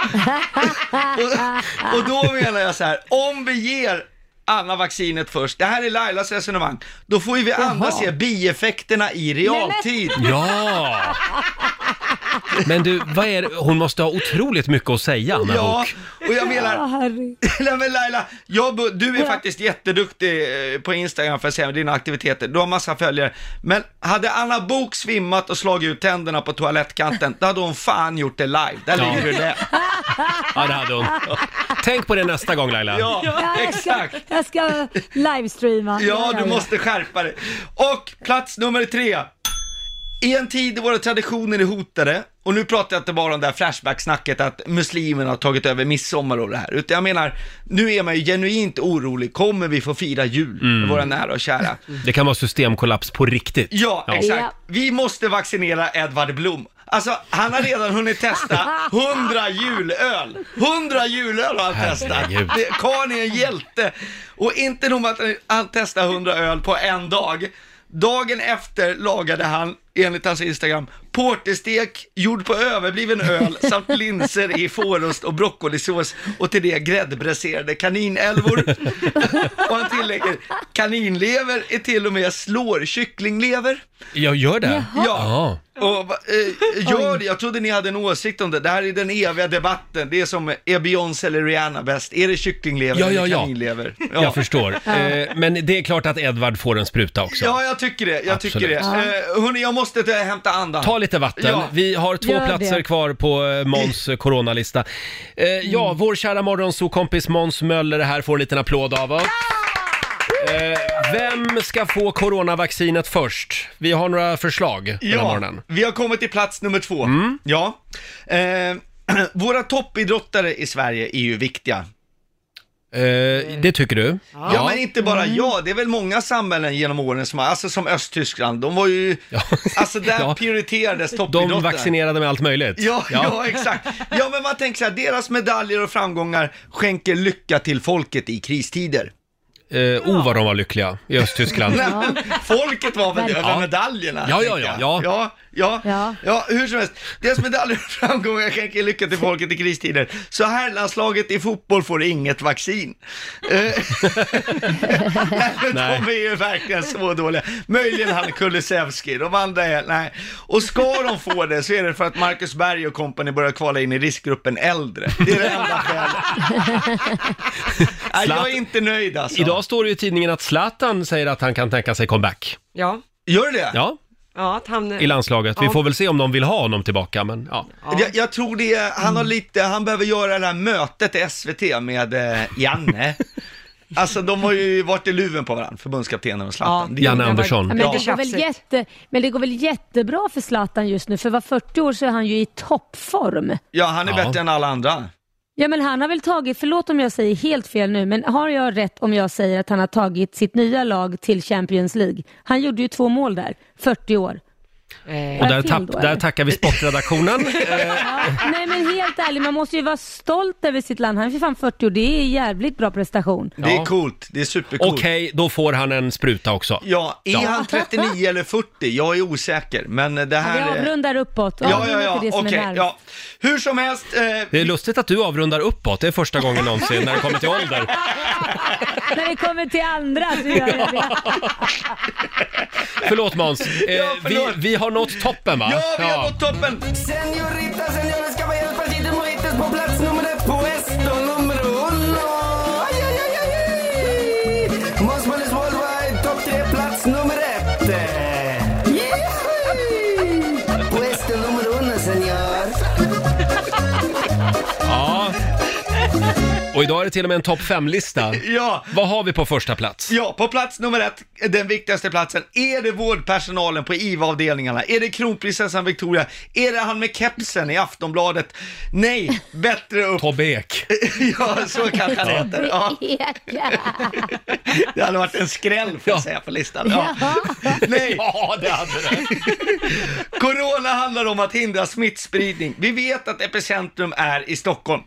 S7: Och, och då menar jag så här, om vi ger Anna vaccinet först. Det här är Lailas resonemang. Då får ju vi andra se bieffekterna i realtid.
S1: Ja! Men du, vad är det? Hon måste ha otroligt mycket att säga, Anna
S7: Ja,
S1: Bok.
S7: och jag menar, nej men Laila, jag, bu- du är faktiskt jätteduktig eh, på Instagram för att säga med dina aktiviteter, du har massa följare. Men hade Anna Bok svimmat och slagit ut tänderna på toalettkanten, då hade hon fan gjort det live. Där
S1: Ja.
S7: ligger du det.
S1: Ja, det hade hon. Tänk på det nästa gång, Laila.
S7: Ja,
S8: jag ska,
S7: exakt.
S8: jag ska livestreama.
S7: Ja,
S8: ja,
S7: du måste skärpa dig. Och plats nummer tre. I en tid då våra traditioner är hotade, och nu pratar jag inte bara om det här Flashback-snacket att muslimerna har tagit över midsommar och det här, utan jag menar, nu är man ju genuint orolig, kommer vi få fira jul med våra nära och kära?
S1: Det kan vara systemkollaps på riktigt.
S7: Ja, exakt.
S8: Ja.
S7: Vi måste vaccinera Edvard Blom. Alltså, han har redan hunnit testa 100 julöl. 100 julöl har han testat.
S1: Herregud.
S7: Det- Karln är en hjälte. Och inte nog med att han testade 100 öl på en dag. Dagen efter lagade han, enligt hans Instagram, porterstek gjord på överbliven öl samt linser i fårost och broccolisås och till det gräddbräserade kaninälvor. och han tillägger, kaninlever är till och med slårkycklinglever.
S1: Jag gör det?
S7: Ja,
S1: Ja.
S7: och, va- eh, gör det. Jag trodde ni hade en åsikt om det. Det här är den eviga debatten. Det är som, är Beyoncé eller Rihanna bäst? Är det kycklinglever
S1: Ja,
S7: eller
S1: ja, ja.
S7: kaninlever?
S1: Jag förstår. Eh, Men det är klart att Edvard får en spruta också.
S7: Ja, jag tycker det. Jag tycker det.
S1: Absolut.
S7: Eh, hörni, jag måste eh, hämta andan.
S1: Ta lite vatten.
S7: Ja.
S1: Vi har två
S8: Gör det.
S1: platser kvar på eh, Måns eh, coronalista. Eh, ja,
S8: Mm.
S1: vår kära morgonsokompis Måns Möller är här får en liten applåd av oss. Eh, vem ska få coronavaccinet först? Vi har några förslag den här
S7: Ja,
S1: morgonen. Mm.
S7: vi har kommit till plats nummer två. Ja. Eh, våra toppidrottare i Sverige är ju viktiga.
S1: Eh, det tycker du?
S7: Ja, men inte bara
S1: Mm.
S7: jag, det är väl många samhällen genom åren som har, alltså som Östtyskland, de var ju,
S1: Ja.
S7: alltså där
S1: Ja.
S7: prioriterades toppidrotten.
S1: De vaccinerade med allt möjligt.
S7: Ja, ja. exakt. Ja, men man tänker så här, deras medaljer och framgångar skänker lycka till folket i kristider.
S1: Eh, oh, vad de var lyckliga i Östtyskland.
S7: Folket var väl över
S1: Ja.
S7: medaljerna?
S1: Ja, ja,
S7: tänker jag.
S1: ja,
S7: ja. Ja, ja.
S8: Ja.
S7: Ja, hur som helst. Deras medaljer och framgångar skänker lycka till folket i kristider. Så herrlandslaget i fotboll får inget vaccin. Eh, nej, men
S1: Nej.
S7: de är ju verkligen så dåliga. Möjligen han Kulusevski, de andra är, nej. Och ska de få det så är det för att Marcus Berg och kompani börjar kvala in i riskgruppen äldre. Det är det enda skälet. Nej, jag är inte nöjd alltså.
S1: Idag står det ju i tidningen att Zlatan säger att han kan tänka sig comeback.
S2: Ja,
S7: Gör det?
S1: Ja,
S2: ja att han...
S1: i landslaget. Vi får väl se om de vill ha honom tillbaka, men ja.
S7: Jag, jag tror det är, han har
S8: Mm.
S7: lite, han behöver göra det här mötet i SVT med eh, Janne. alltså de har ju varit i luven på varandra, förbundskaptenen och Zlatan.
S2: Ja.
S7: Det är-
S1: Janne Andersson.
S8: Men,
S2: Ja.
S8: det går väl
S2: Tjafsigt.
S8: jätte, men det går väl jättebra för Zlatan just nu, för var 40 år så är han ju i toppform.
S7: Ja, han är
S1: Ja.
S7: bättre än alla andra.
S8: Ja men han har väl tagit, förlåt om jag säger helt fel nu, men har jag rätt om jag säger att han har tagit sitt nya lag till Champions League? Han gjorde ju två mål där, 40 år. Äh,
S1: Och där,
S8: fel
S1: tapp,
S8: då,
S1: där
S8: eller?
S1: tackar vi sportredaktionen. Eh,
S8: Nej men helt ärligt, man måste ju vara stolt över sitt land. Han är för fan 40 år, det är en jävligt bra prestation.
S7: Det är
S1: Ja.
S7: coolt, det är
S1: Okej,
S7: supercoolt.
S1: då får han en spruta också.
S7: Ja, är
S1: Ja.
S7: han 39 eller 40? Jag är osäker, men det
S8: Vi
S7: här... är-
S8: avrundar uppåt.
S7: Ja, ja,
S8: Avrunda
S7: ja,
S8: till det som
S7: okej.
S8: är närmast.
S7: ja. Hur som helst, eh,
S1: Det är lustigt att du avrundar uppåt. Det är första gången någonsin när det kommer till ålder.
S8: När vi kommer till andra så gör jag det.
S1: Förlåt Måns. Eh,
S7: Ja, förlåt.
S1: Vi, vi har nått toppen va?
S7: ja, vi har
S1: Alltså.
S7: nått toppen!
S10: Señorita, señores, caballeros, pasitos, mojitos på plats nummer ett, puesto numero uno. Ay, ay, ay, ay, ay. Måns Möllers Worldwide, topp tre, plats nummer ett. Yay! Puesto numero uno, señor.
S1: Ja. Och idag är det till och med en topp fem-lista.
S7: Ja,
S1: Vad har vi på första plats?
S7: Ja, på plats nummer ett, den viktigaste platsen, är det vårdpersonalen på IVA-avdelningarna? Är det kronprinsessan Victoria? Är det han med kepsen i Aftonbladet? Nej, bättre upp...
S1: Tobbe Ek.
S7: ja, så kanske han heter. Ja, det hade varit en skräll får jag
S1: Ja.
S7: säga på listan. Ja. Nej,
S1: Ja, det hade det.
S7: Corona handlar om att hindra smittspridning. Vi vet att epicentrum är i Stockholm.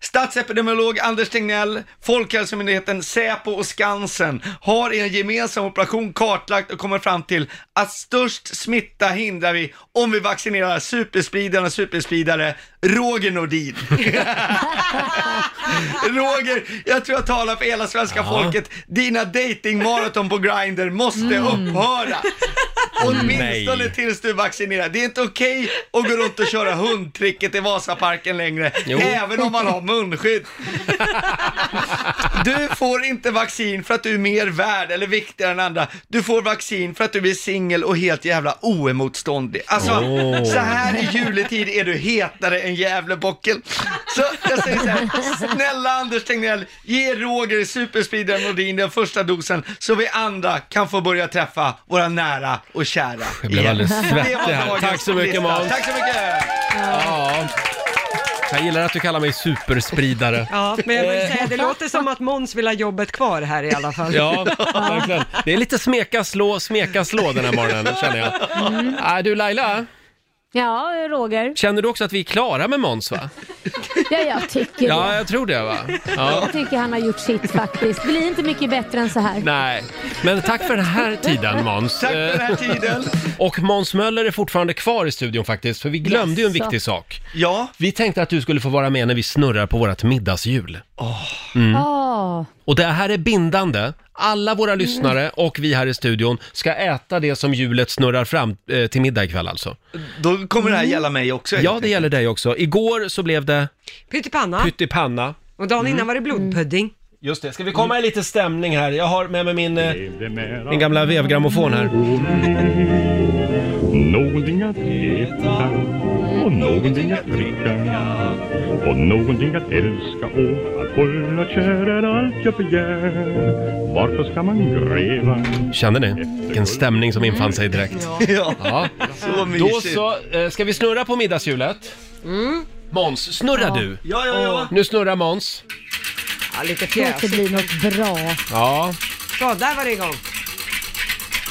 S7: Statsepidemiolog Anders Tegnell, Folkhälsomyndigheten, Säpo och Skansen har i en gemensam operation kartlagt och kommit fram till att störst smitta hindrar vi om vi vaccinerar superspridare och superspridare Roger Nordin. Roger, jag tror jag talar för hela svenska folket. Dina datingmaraton på Grindr måste upphöra. Åtminstone
S1: Nej.
S7: tills du är vaccinerad. Det är inte okej att gå runt och köra hundtricket i Vasaparken längre,
S1: Jo.
S7: även om man har munskydd. Du får inte vaccin för att du är mer värd eller viktigare än andra. Du får vaccin för att du är singel och helt jävla oemotståndlig. Alltså,
S1: Oh.
S7: så här i juletid är du hetare än Gävlebocken. Så jag säger så här, snälla Anders Tegnell, ge Roger superspeedern Nordin den första dosen så vi andra kan få börja träffa våra nära och kära.
S1: Jag blev
S7: igen.
S1: alldeles
S7: Det
S1: svettig
S7: var
S1: här.
S7: dagens
S1: Tack så mycket
S7: lista.
S1: Måns.
S7: Tack så mycket!
S1: Ja. Jag gillar att du kallar mig superspridare.
S2: Ja, men jag vill säga, det låter som att Måns vill ha jobbet kvar här i alla fall.
S1: Ja, verkligen. Det är lite smeka, slå, smeka, slå den här morgonen, känner jag.
S7: Mm.
S1: Äh, du Laila,
S8: Ja, Roger.
S1: känner du också att vi är klara med Måns va?
S8: Ja, jag tycker
S1: Ja,
S8: det.
S1: jag tror det va? Ja.
S8: Jag tycker han har gjort sitt faktiskt. Blir inte mycket bättre än så här.
S1: Nej, men tack för den här tiden Måns.
S7: Tack för den här
S1: Eh,
S7: tiden!
S1: Och Måns Möller är fortfarande kvar i studion faktiskt, för vi glömde ju en
S8: Jaså.
S1: viktig sak.
S7: Ja,
S1: Vi tänkte att du skulle få vara med när vi snurrar på vårt middagshjul.
S8: Åh.
S1: Och det här är bindande. Alla våra lyssnare och vi här i studion ska äta det som hjulet snurrar fram eh, till middag ikväll alltså. Mm.
S7: då kommer det här gälla mig också.
S1: Ja, det gäller dig också. Igår så blev det
S2: Pyttipanna,
S1: pyttipanna.
S2: och dagen
S1: Mm.
S2: innan var det blodpudding.
S1: Just det, ska vi komma i lite stämning här? Jag har med mig min, eh, min gamla vevgrammofon här.
S3: Någonting att äta och någonting att dricka och någonting att älska och att hålla kär är allt jag begär. Varför ska man gräva?
S1: Kände ni? Vilken stämning som infann sig direkt.
S7: Ja,
S1: Ja.
S7: så
S1: Då
S7: mysigt.
S1: så, eh, ska vi snurra på middagshjulet? Måns, snurra du!
S7: Ja, ja, ja.
S1: Nu snurrar Måns.
S2: Ja, lite
S8: Låt det
S2: fjäs.
S8: bli något bra.
S1: Ja.
S2: Så, där var det igång.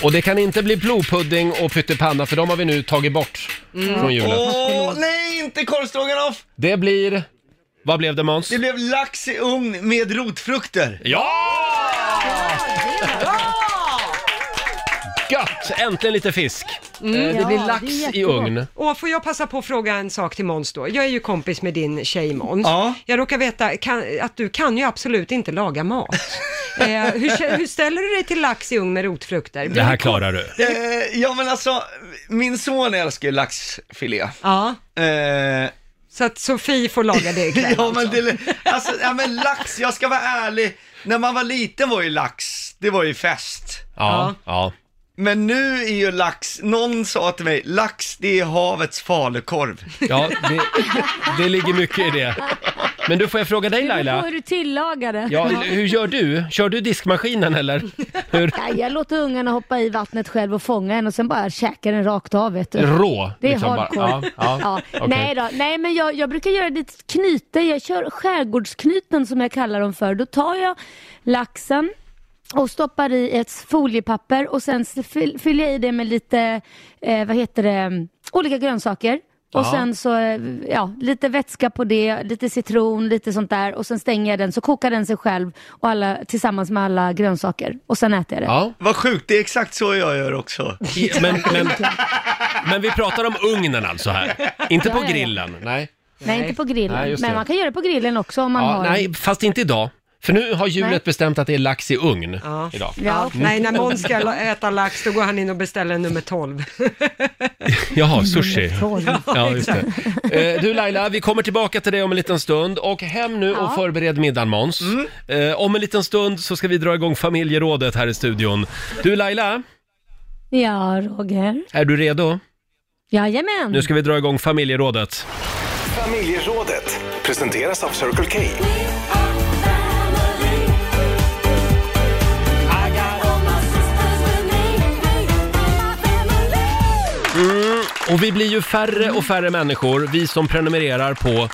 S1: Och det kan inte bli blodpudding och pyttipanna för de har vi nu tagit bort från julen.
S7: Mm. Åh, nej, inte korvstroganoff!
S1: Det blir... Vad blev det Måns?
S7: Det blev lax i ugn med rotfrukter.
S1: Ja! Gött! Äntligen lite fisk. Eh, det
S8: Mm. Ja,
S1: blir
S8: det är
S1: lax i
S8: jättegott.
S1: ugn.
S2: Och får jag passa på att fråga en sak till Måns då? Jag är ju kompis med din tjej Måns.
S7: Ja.
S2: Jag råkar veta kan, att du kan ju absolut inte laga mat. eh, hur, kä- hur ställer du dig till lax i ugn med rotfrukter?
S1: Det här klarar du.
S7: Eh, ja, men alltså, min son älskar ju laxfilé.
S2: Ja,
S7: Eh,
S2: så att Sofie får laga det ikväll.
S7: ja, men det, alltså, ja, men lax, jag ska vara ärlig. När man var liten var ju lax, det var ju fest.
S1: Ja,
S2: Ja.
S1: ja.
S7: Men nu är ju lax, någon sa till mig, lax det är havets falukorv.
S1: ja det, det ligger mycket i det. Men du, får jag fråga dig
S8: Det beror på
S1: Laila?
S8: hur du tillagar det.
S1: Ja, hur gör du? Kör du diskmaskinen eller? Hur?
S8: Nej, jag låter ungarna hoppa i vattnet själv och fånga en och sen bara käka den rakt av. Vet du.
S1: Rå?
S8: Det är
S1: liksom bara.
S8: hardcore.
S1: Ja, ja.
S8: Ja.
S1: okej.
S8: Nej då, nej men jag, jag brukar göra lite knyte. Jag kör skärgårdsknyten som jag kallar dem för. Då tar jag laxen och stoppar i ett foliepapper och sen s- fyll- fyller jag i det med lite, eh, vad heter det, olika grönsaker. Och
S1: Ja.
S8: sen så, eh, ja, lite vätska på det, lite citron, lite sånt där och sen stänger jag den så kokar den sig själv och alla, tillsammans med alla grönsaker och sen äter jag det.
S1: Ja,
S7: Vad sjukt, det är exakt så jag gör också.
S1: men, men, men vi pratar om ugnen alltså här. Inte
S8: Ja,
S1: på
S8: ja, ja.
S1: grillen, nej.
S8: Nej, inte på grillen,
S1: Nej, just det.
S8: men man kan göra det på grillen också om man
S1: Ja,
S8: har
S1: nej, fast inte idag. För nu har hjulet
S8: Nej.
S1: bestämt att det är lax i ugn
S2: Ja.
S1: idag.
S8: Ja,
S2: Ja, nej, när Måns ska la- äta lax då går han in och beställer nummer 12.
S1: Jaha, sushi.
S8: tolv.
S1: Ja, just det. Eh, Du Laila, vi kommer tillbaka till dig om en liten stund och hem nu och
S8: Ja.
S1: förbered middagen Måns.
S7: Mm.
S1: Eh, Om en liten stund så ska vi dra igång familjerådet här i studion. Du Laila,
S8: Ja, Roger.
S1: är du redo?
S8: Jajamän.
S1: Nu ska vi dra igång familjerådet.
S11: Familjerådet presenteras av Circle K.
S1: Och vi blir ju färre och färre människor, vi som prenumererar på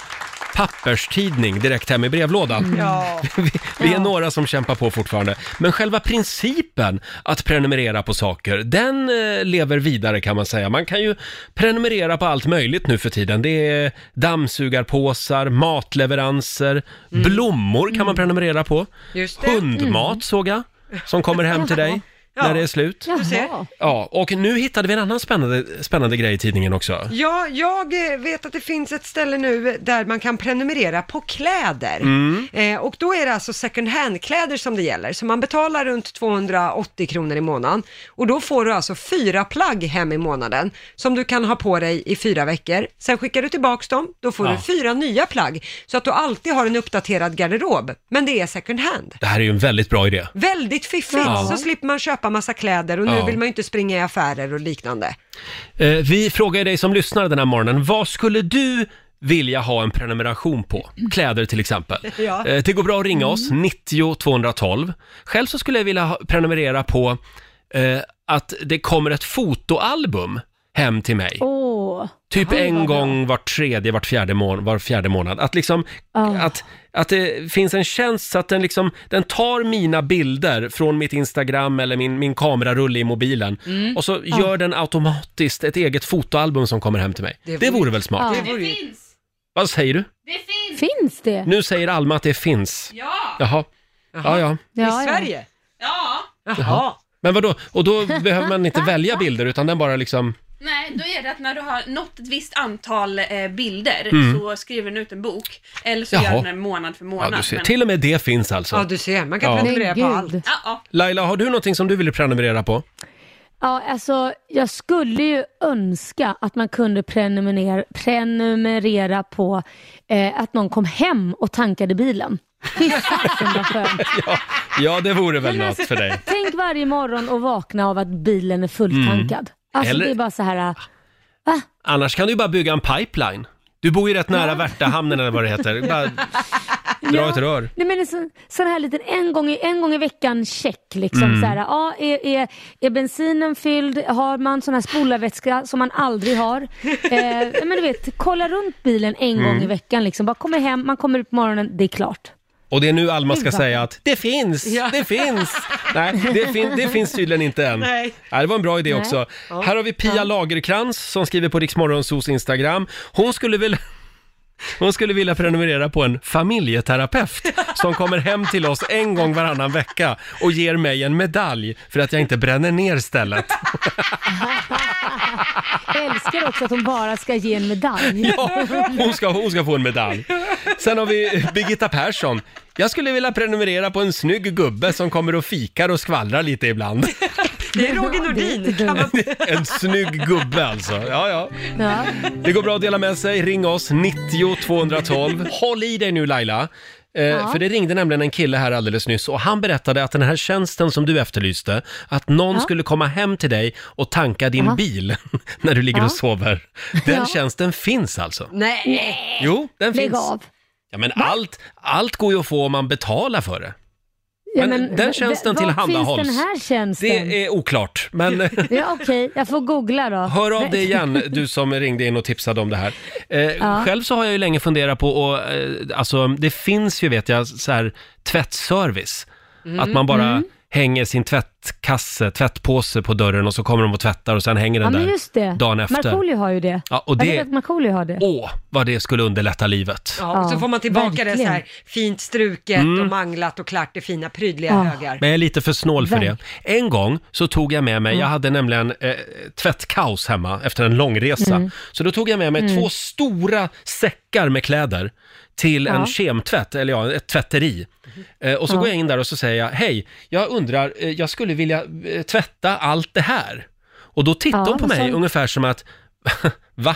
S1: papperstidning direkt hem i brevlådan.
S2: Mm. Ja.
S1: Vi, vi är några som kämpar på fortfarande. Men själva principen att prenumerera på saker, den eh, lever vidare kan man säga. Man kan ju prenumerera på allt möjligt nu för tiden. Det är dammsugarpåsar, matleveranser, blommor kan man prenumerera på.
S2: Mm. Just det. Mm.
S1: Hundmat såg jag, som kommer hem till dig. när det är slut.
S2: Du ser.
S1: Ja, och nu hittade vi en annan spännande, spännande grej i tidningen också.
S2: Ja, jag eh, vet att det finns ett ställe nu där man kan prenumerera på kläder.
S1: Mm.
S2: Eh, och då är det alltså second hand-kläder som det gäller. Så man betalar runt 280 kronor i månaden. Och då får du alltså fyra plagg hem i månaden som du kan ha på dig i fyra veckor. Sen skickar du tillbaks dem, då får
S1: Ja.
S2: du fyra nya plagg. Så att du alltid har en uppdaterad garderob. Men det är second hand.
S1: Det här är ju en väldigt bra idé.
S2: Väldigt fiffigt,
S1: Ja.
S2: så slipper man köpa massa kläder och nu
S1: Ja.
S2: vill man ju inte springa i affärer och liknande.
S1: Eh, vi frågar dig som lyssnar den här morgonen, vad skulle du vilja ha en prenumeration på? Kläder till exempel.
S2: Ja.
S1: Eh, det går bra att ringa oss, 90 212. Själv så skulle jag vilja ha, prenumerera på eh, att det kommer ett fotoalbum hem till mig.
S8: Åh.
S1: Typ
S8: Oj,
S1: en
S8: vad bra.
S1: gång var tredje, vart fjärde, mån- var fjärde månad. Att, liksom,
S8: Ah.
S1: att, att det finns en tjänst så att den, liksom, den tar mina bilder från mitt Instagram eller min, min kamerarulle i mobilen
S6: Mm.
S1: och så
S6: Ja.
S1: gör den automatiskt ett eget fotoalbum som kommer hem till mig. Det vore, väl
S2: Ah.
S1: smart?
S8: Ja.
S6: Det finns!
S1: Vad säger du?
S6: Det finns!
S8: Finns det?
S1: Nu säger Alma att det finns.
S6: Ja!
S1: Jaha. Ja, ja.
S8: Ja, ja.
S6: Ja!
S1: Jaha. Men vadå, och då behöver man inte välja bilder utan den bara liksom...
S6: Nej, då är det att när du har nått ett visst antal eh, bilder
S1: Mm.
S6: så skriver den ut en bok. Eller så
S1: Jaha.
S6: gör den det månad för
S1: Ja,
S6: månad.
S1: du ser.
S6: men-
S1: Till och med det finns alltså.
S2: Ja, du ser. Man kan
S1: Ja.
S2: prenumerera på allt.
S6: Ja, ja.
S1: Laila, har du någonting som du vill prenumerera på?
S8: Ja, alltså jag skulle ju önska att man kunde prenumerera, prenumerera på eh, att någon kom hem och tankade bilen. Fy fasen vad skönt.
S1: Ja, ja det vore väl
S8: Men
S1: något för
S8: alltså,
S1: dig.
S8: Tänk varje morgon och vakna av att bilen är fulltankad.
S1: Mm.
S8: Alltså
S1: Eller-
S8: det är bara så här,
S1: Annars kan du ju bara bygga en pipeline. Du bor ju rätt nära Värtahamnen eller vad det heter. Bara dra ett rör.
S8: Nej, men en sån, sån här liten en gång, i, en gång i veckan check. Liksom,
S1: Mm.
S8: så här, ja, är, är, är bensinen fylld? Har man sån här spolarvätska som man aldrig har? Eh, men du vet, kolla runt bilen en
S1: Mm.
S8: gång i veckan. Liksom. Bara kommer hem, man kommer ut på morgonen, det är klart.
S1: Och det är nu Alma ska
S8: Gud, vad-
S1: säga att det finns, det finns. Nej, det, fin- det finns tydligen inte än.
S8: Nej.
S1: det var en bra idé
S8: Nej.
S1: också.
S8: Ja.
S1: Här har vi Pia Lagerkrans som skriver på Riksmorgonsos Instagram. Hon skulle väl... Hon skulle vilja prenumerera på en familjeterapeut som kommer hem till oss en gång varannan vecka och ger mig en medalj för att jag inte bränner ner stället.
S8: Jag älskar också att hon bara ska ge en medalj.
S1: Ja, hon ska, hon ska få en medalj. Sen har vi Birgitta Persson. Jag skulle vilja prenumerera på en snygg gubbe som kommer och fikar och skvallrar lite ibland.
S2: Det är Roger Nordin. Kan man...
S1: En snygg gubbe alltså. Ja, ja.
S8: ja.
S1: Det går bra att dela med sig. Ring oss, 90 212. Håll i dig nu Laila. Eh,
S8: Ja.
S1: För det ringde nämligen en kille här alldeles nyss och han berättade att den här tjänsten som du efterlyste, att någon
S8: Ja.
S1: skulle komma hem till dig och tanka din
S8: Aha.
S1: bil när du ligger
S8: Ja.
S1: och sover. Den
S8: Ja.
S1: tjänsten finns alltså.
S8: Nej!
S1: Jo, den
S8: Lägg
S1: finns.
S8: av.
S1: Ja, men allt, allt går ju att få om man betalar för det.
S8: Ja,
S1: Men den
S8: v-
S1: tjänsten
S8: var
S1: tillhandahålls.
S8: finns den här tjänsten?
S1: Det är oklart, men
S8: Ja, Okej, jag får googla då.
S1: hör av
S8: Men-
S1: dig igen, du som ringde in och tipsade om det här. Eh,
S8: Ja.
S1: Själv så har jag ju länge funderat på, och, eh, alltså det finns ju vet jag, så här, tvättservice.
S6: Mm.
S1: Att man bara
S6: Mm.
S1: hänger sin tvättkasse, tvättpåse på dörren och så kommer de och tvättar och sen hänger
S8: Ja,
S1: den
S8: men
S1: där
S8: just det.
S1: dagen efter.
S8: Markoolio har ju det.
S1: Ja, och
S8: Jag
S1: det,
S8: vet att Markoolio har det.
S1: åh vad det skulle underlätta livet.
S2: Ja, och så
S8: Ja,
S2: får man tillbaka det
S8: verkligen.
S2: så här fint struket
S1: Mm.
S2: och manglat och klart i fina prydliga
S1: Ja.
S2: högar.
S1: Men jag är lite för snål för det. En gång så tog jag med mig,
S6: Mm.
S1: jag hade nämligen eh, tvättkaos hemma efter en lång resa.
S6: Mm.
S1: Så då tog jag med mig
S6: Mm.
S1: två stora säckar med kläder till en
S6: Ja.
S1: kemtvätt, eller ja, ett tvätteri. Eh, och så
S6: Ja.
S1: går jag in där och så säger jag, hej, jag undrar, eh, jag skulle vilja eh, tvätta allt det här. Och då tittar
S6: Ja,
S1: hon på
S6: och
S1: mig
S6: sen-
S1: ungefär som att, va?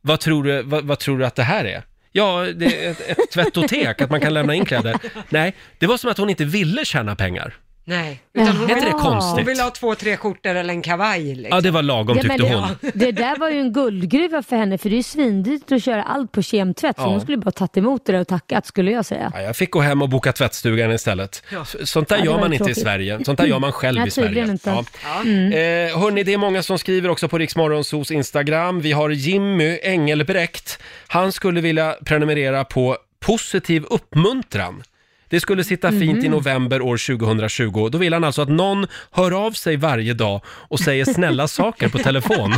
S1: Vad tror du, vad, vad tror du att det här är? Ja, det är ett, ett tvättotek, att man kan lämna in kläder. Nej, det var som att hon inte ville tjäna pengar.
S2: Nej, utan hon
S1: Är inte
S2: vill,
S1: det konstigt?
S2: hon vill ha två, tre skjortor eller en kavaj. Liksom.
S1: Ja, det var lagom
S8: Ja, men
S1: tyckte
S8: det,
S1: hon.
S8: det där var ju en guldgruva för henne för det är ju svindyrt att köra allt på kemtvätt.
S1: Ja.
S8: Så hon skulle bara tagit emot det där och tackat skulle jag säga.
S1: Ja, jag fick gå hem och boka tvättstugan istället. S- Sånt där
S8: Ja, det
S1: gör
S8: var
S1: man
S8: ju
S1: inte i
S8: tråkigt.
S1: Sverige. Sånt där gör man själv
S8: Ja,
S1: i Sverige.
S8: tydligen inte.
S1: Ja. Eh, hörni, det är många som skriver också på Riksmorgonsos Instagram. Vi har Jimmy Engelbrekt. Han skulle vilja prenumerera på positiv uppmuntran. Det skulle sitta fint i
S6: Mhm.
S1: november år 2020. Då vill han alltså att någon hör av sig varje dag och säger snälla saker på telefon.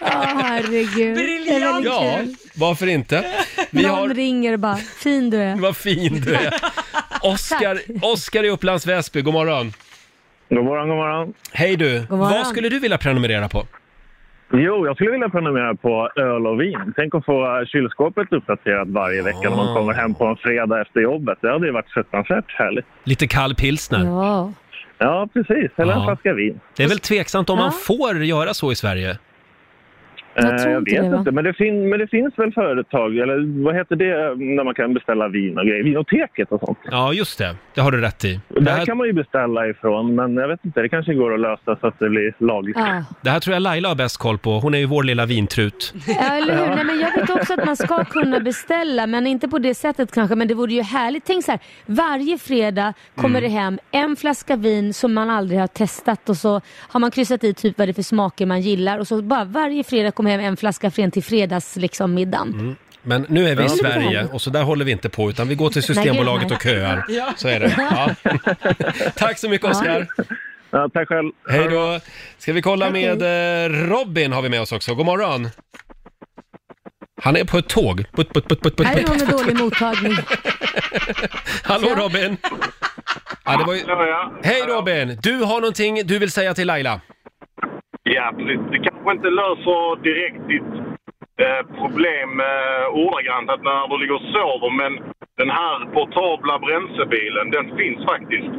S8: Ja, herregud. Briljant!
S1: Ja, varför inte? Vi
S8: Någon
S1: har...
S8: ringer och bara, fin du är.
S1: Vad fin du är. Oskar, Oskar i Upplands Väsby, god morgon.
S5: God morgon, god morgon.
S1: Hej du.
S5: God morgon.
S1: Vad skulle du vilja prenumerera på?
S5: Jo, jag skulle vilja prenumerera på öl och vin. Tänk att få kylskåpet uppdaterat varje vecka när man kommer hem på en fredag efter jobbet. Det hade ju varit fruktansvärt härligt.
S1: Lite kall pilsner.
S8: Ja.
S5: Ja, precis. Eller en
S1: Ja.
S5: flaska vin.
S1: Det är väl tveksamt om
S5: Ja.
S1: man får göra så i Sverige?
S5: Eh, jag vet inte, men det, fin- men det finns väl företag, eller vad heter det, eh, när man kan beställa vin och grejer? Vinoteket och sånt.
S1: Ja, just det. Det har du rätt i.
S5: Där kan man ju beställa ifrån, men jag vet inte, det kanske går att lösa så att det blir lagligt.
S8: Ah.
S1: Det här tror jag Laila har bäst koll på. Hon är ju vår lilla vintrut.
S8: Ja, eller hur? Nej, men jag vet också att man ska kunna beställa, men inte på det sättet kanske. Men det vore ju härligt. Tänk så här, varje fredag
S1: Mm.
S8: kommer det hem en flaska vin som man aldrig har testat och så har man kryssat i typ vad det är för smaker man gillar och så bara varje fredag kommer hem en flaska fren till fredags liksom middagen.
S1: Mm. Men nu är vi i
S8: Ja.
S1: Sverige och så där håller vi inte på utan vi går till Systembolaget och köar. Så är det. Ja. Tack så mycket Oskar.
S5: Ja, tack själv.
S1: Hej då. Ska vi kolla
S5: Tack,
S1: med eh, Robin har vi med oss också. God morgon. Han är på ett tåg. Putt, putt, putt, putt, putt,
S8: Här är någon
S1: putt.
S8: med dålig mottagning.
S1: Hallå Robin! Ja, det var ju... Hej Robin! Du har någonting du vill säga till Laila.
S7: Ja, precis. Det kanske inte löser direkt ditt eh, problem eh, ordagrant att när du ligger och sover, men den här portabla bränslebilen, den finns faktiskt.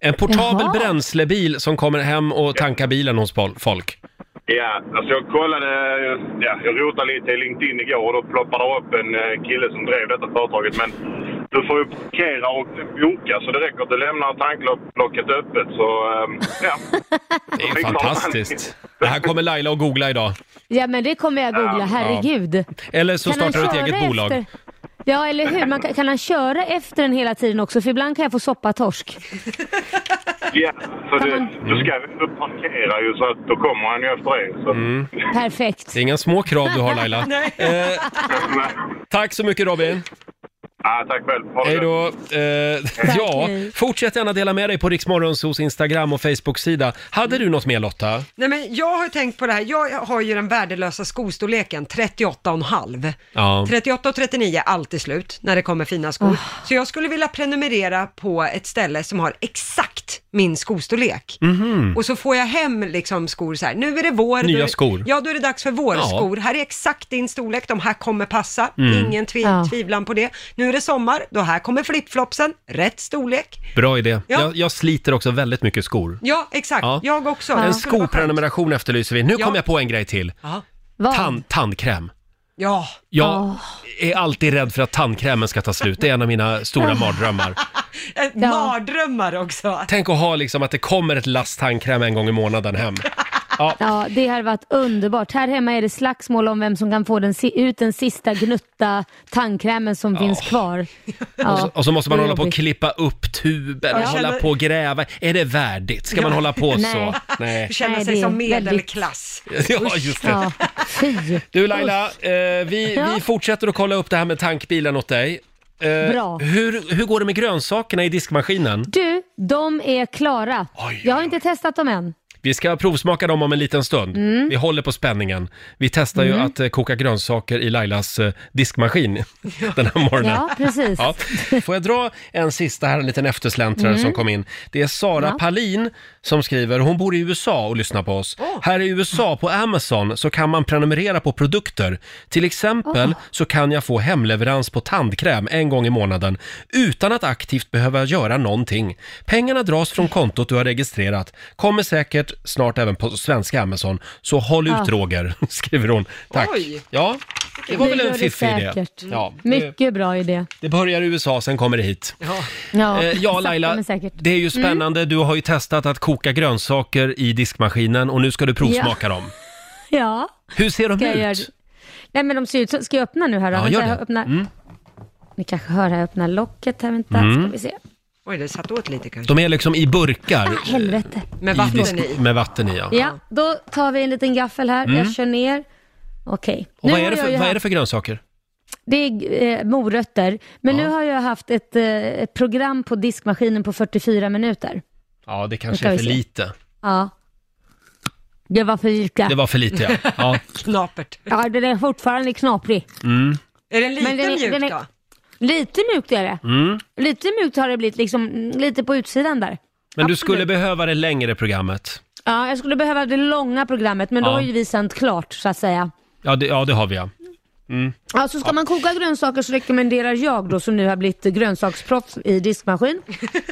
S1: En portabel
S7: Jaha.
S1: bränslebil som kommer hem och tankar bilen hos pol- folk.
S7: Ja, alltså jag kollade, eh, ja, jag rotade lite i LinkedIn igår och då ploppade det upp en eh, kille som drev detta företaget. Men du får ju parkera och boka så det räcker att du lämnar tanklocket öppet så, ehm, ja.
S1: Det är fantastiskt. Det här kommer Laila att googla idag.
S8: Ja men det kommer jag googla, herregud.
S1: Eller så
S8: Kan han
S1: startar du ett
S8: köra
S1: eget bolag.
S8: efter- Ja eller hur, man kan, kan han köra efter den hela tiden också? För ibland kan jag få soppatorsk.
S7: Ja, för du, du ska ju parkera ju så att då kommer han ju efter dig. Så.
S1: Mm.
S8: Perfekt.
S1: Det är inga små krav du har Laila. Eh, tack så mycket Robin.
S7: Ja, tack själv. Ha det
S1: Hej
S7: gött.
S1: då. Eh, ja,
S2: hej.
S1: fortsätt gärna dela med dig på Riksmorgonsos Instagram och Facebook-sida. Hade du något mer Lotta?
S2: Nej, men jag har tänkt på det här, jag har ju den värdelösa skostorleken, 38,5.
S1: Ja.
S2: 38 och 39 är alltid slut när det kommer fina skor.
S12: Oh.
S2: Så jag skulle vilja prenumerera på ett ställe som har exakt min skostorlek.
S12: Mhm.
S2: Och så får jag hem liksom skor så här, nu är det vår.
S1: Nya
S2: då är,
S1: skor.
S2: Ja, då är det dags för vårskor. Här är exakt din storlek, de här kommer passa.
S1: Mm.
S2: Ingen tvi-
S1: Ja.
S2: tvivlan på det. Nu är det sommar, då här kommer flipflopsen, rätt storlek.
S1: Bra idé.
S2: Ja.
S1: Jag, jag sliter också väldigt mycket skor.
S2: Ja, exakt.
S1: Ja.
S2: Jag också.
S1: En
S2: Det skulle vara skönt.
S1: skoprenumeration efterlyser vi. Nu
S2: Ja.
S1: kom jag på en grej till.
S2: Ja.
S1: Tand, tandkräm.
S2: Ja.
S1: Jag är alltid rädd för att tandkrämen ska ta slut. Det är en av mina stora mardrömmar.
S2: Eh, Mardrömmar också.
S1: Tänk att ha liksom att det kommer ett lass tandkräm en gång i månaden hem. Ja.
S8: Ja, det har varit underbart. Här hemma är det slagsmål om vem som kan få den, si- ut den sista gnutta tandkrämen som finns kvar. Ja,
S1: Och, så, och så måste man
S8: det är
S1: hålla på och
S8: jobbigt.
S1: klippa upp tuben,
S8: Ja.
S1: hålla på och gräva. Är det värdigt? Ska man
S8: Ja.
S1: hålla på så?
S8: Nej.
S1: Nej.
S2: Känna
S8: Nej,
S2: sig
S8: det är
S2: som
S8: väldigt-
S2: medelklass.
S1: Ja, just det.
S8: Ja, fy.
S1: Du Laila, eh, vi,
S8: Ja.
S1: vi fortsätter att kolla upp det här med tankbilen åt dig. Eh,
S8: Bra.
S1: Hur, hur går det med grönsakerna i diskmaskinen?
S8: Du, de är klara. Jag har inte testat dem än.
S1: Vi ska provsmaka dem om en liten stund.
S8: Mm.
S1: Vi håller på spänningen. Vi testar ju
S8: Mm.
S1: att eh, koka grönsaker i Lailas eh, diskmaskin den här morgonen.
S8: Ja, precis.
S1: Ja. Får jag dra en sista här, en liten eftersläntrare
S8: Mm.
S1: som kom in. Det är Sara
S8: Ja.
S1: Palin som skriver, hon bor i USA och lyssnar på oss. Här i USA på Amazon så kan man prenumerera på produkter. Till exempel
S13: Oh.
S1: så kan jag få hemleverans på tandkräm en gång i månaden utan att aktivt behöva göra någonting. Pengarna dras från kontot du har registrerat. Kommer säkert snart även på svenska Amazon. Så håll ut
S8: Ja.
S1: Roger, skriver hon. Tack.
S8: Oj.
S1: Ja, det var väl
S8: gör
S1: en fiffig idé.
S8: säkert.
S1: Ja, det,
S8: Mycket bra idé.
S1: det börjar i USA, sen kommer det hit.
S8: Ja,
S1: Eh, ja,
S8: sakta
S1: Laila,
S8: men säkert. Mm.
S1: det är ju spännande. Du har ju testat att koka grönsaker i diskmaskinen och nu ska du provsmaka
S8: Ja.
S1: dem.
S8: Ja.
S1: Hur ser de
S8: Ska jag göra
S1: ut?
S8: det? Nej men de ser ut som, ska jag öppna nu här då?
S1: Ja,
S8: Vänta,
S1: gör det.
S8: jag öppnar-
S1: Mm.
S8: Ni kanske hör här, jag öppnar locket här, vänta
S1: Mm.
S8: ska vi se.
S2: Oj, det satt åt lite kanske.
S1: De är liksom i burkar. eh,
S8: Ah, helvete.
S2: Med
S1: i
S2: vatten
S1: disk-
S2: i.
S1: Med vatten i, ja.
S8: Ja, då tar vi en liten gaffel här,
S1: Mm.
S8: jag kör ner. Okej.
S1: Och
S8: Nu
S1: vad är, det
S8: har
S1: för,
S8: jag ju
S1: vad är det
S8: haft-
S1: för grönsaker?
S8: Det är eh, morötter, men nu har jag haft ett, eh, ett program på diskmaskinen på 44 minuter.
S1: Ja, det
S8: Nu
S1: kanske
S8: ska
S1: är
S8: vi
S1: för
S8: se.
S1: lite.
S8: Ja. Det var för lite.
S1: Det var för lite, ja. ja.
S2: Knapert.
S8: Ja, den är fortfarande knaprig.
S1: Mm.
S2: Är den lite
S8: Men den är-
S2: mjuk
S8: den är-
S2: då?
S8: Lite mjukt är det.
S1: Mm.
S8: Lite mjukt har det blivit, liksom mm, lite på utsidan där.
S1: Men du
S8: Absolut.
S1: skulle behöva det längre programmet.
S8: Ja, jag skulle behöva det långa programmet, men då
S1: Ja.
S8: har ju vi sänt klart så att säga.
S1: Ja, det, ja, det har vi ja. Mm.
S8: Ja, så Alltså, ska man koka grönsaker så rekommenderar jag då, som nu har blivit grönsaksproffs i diskmaskin,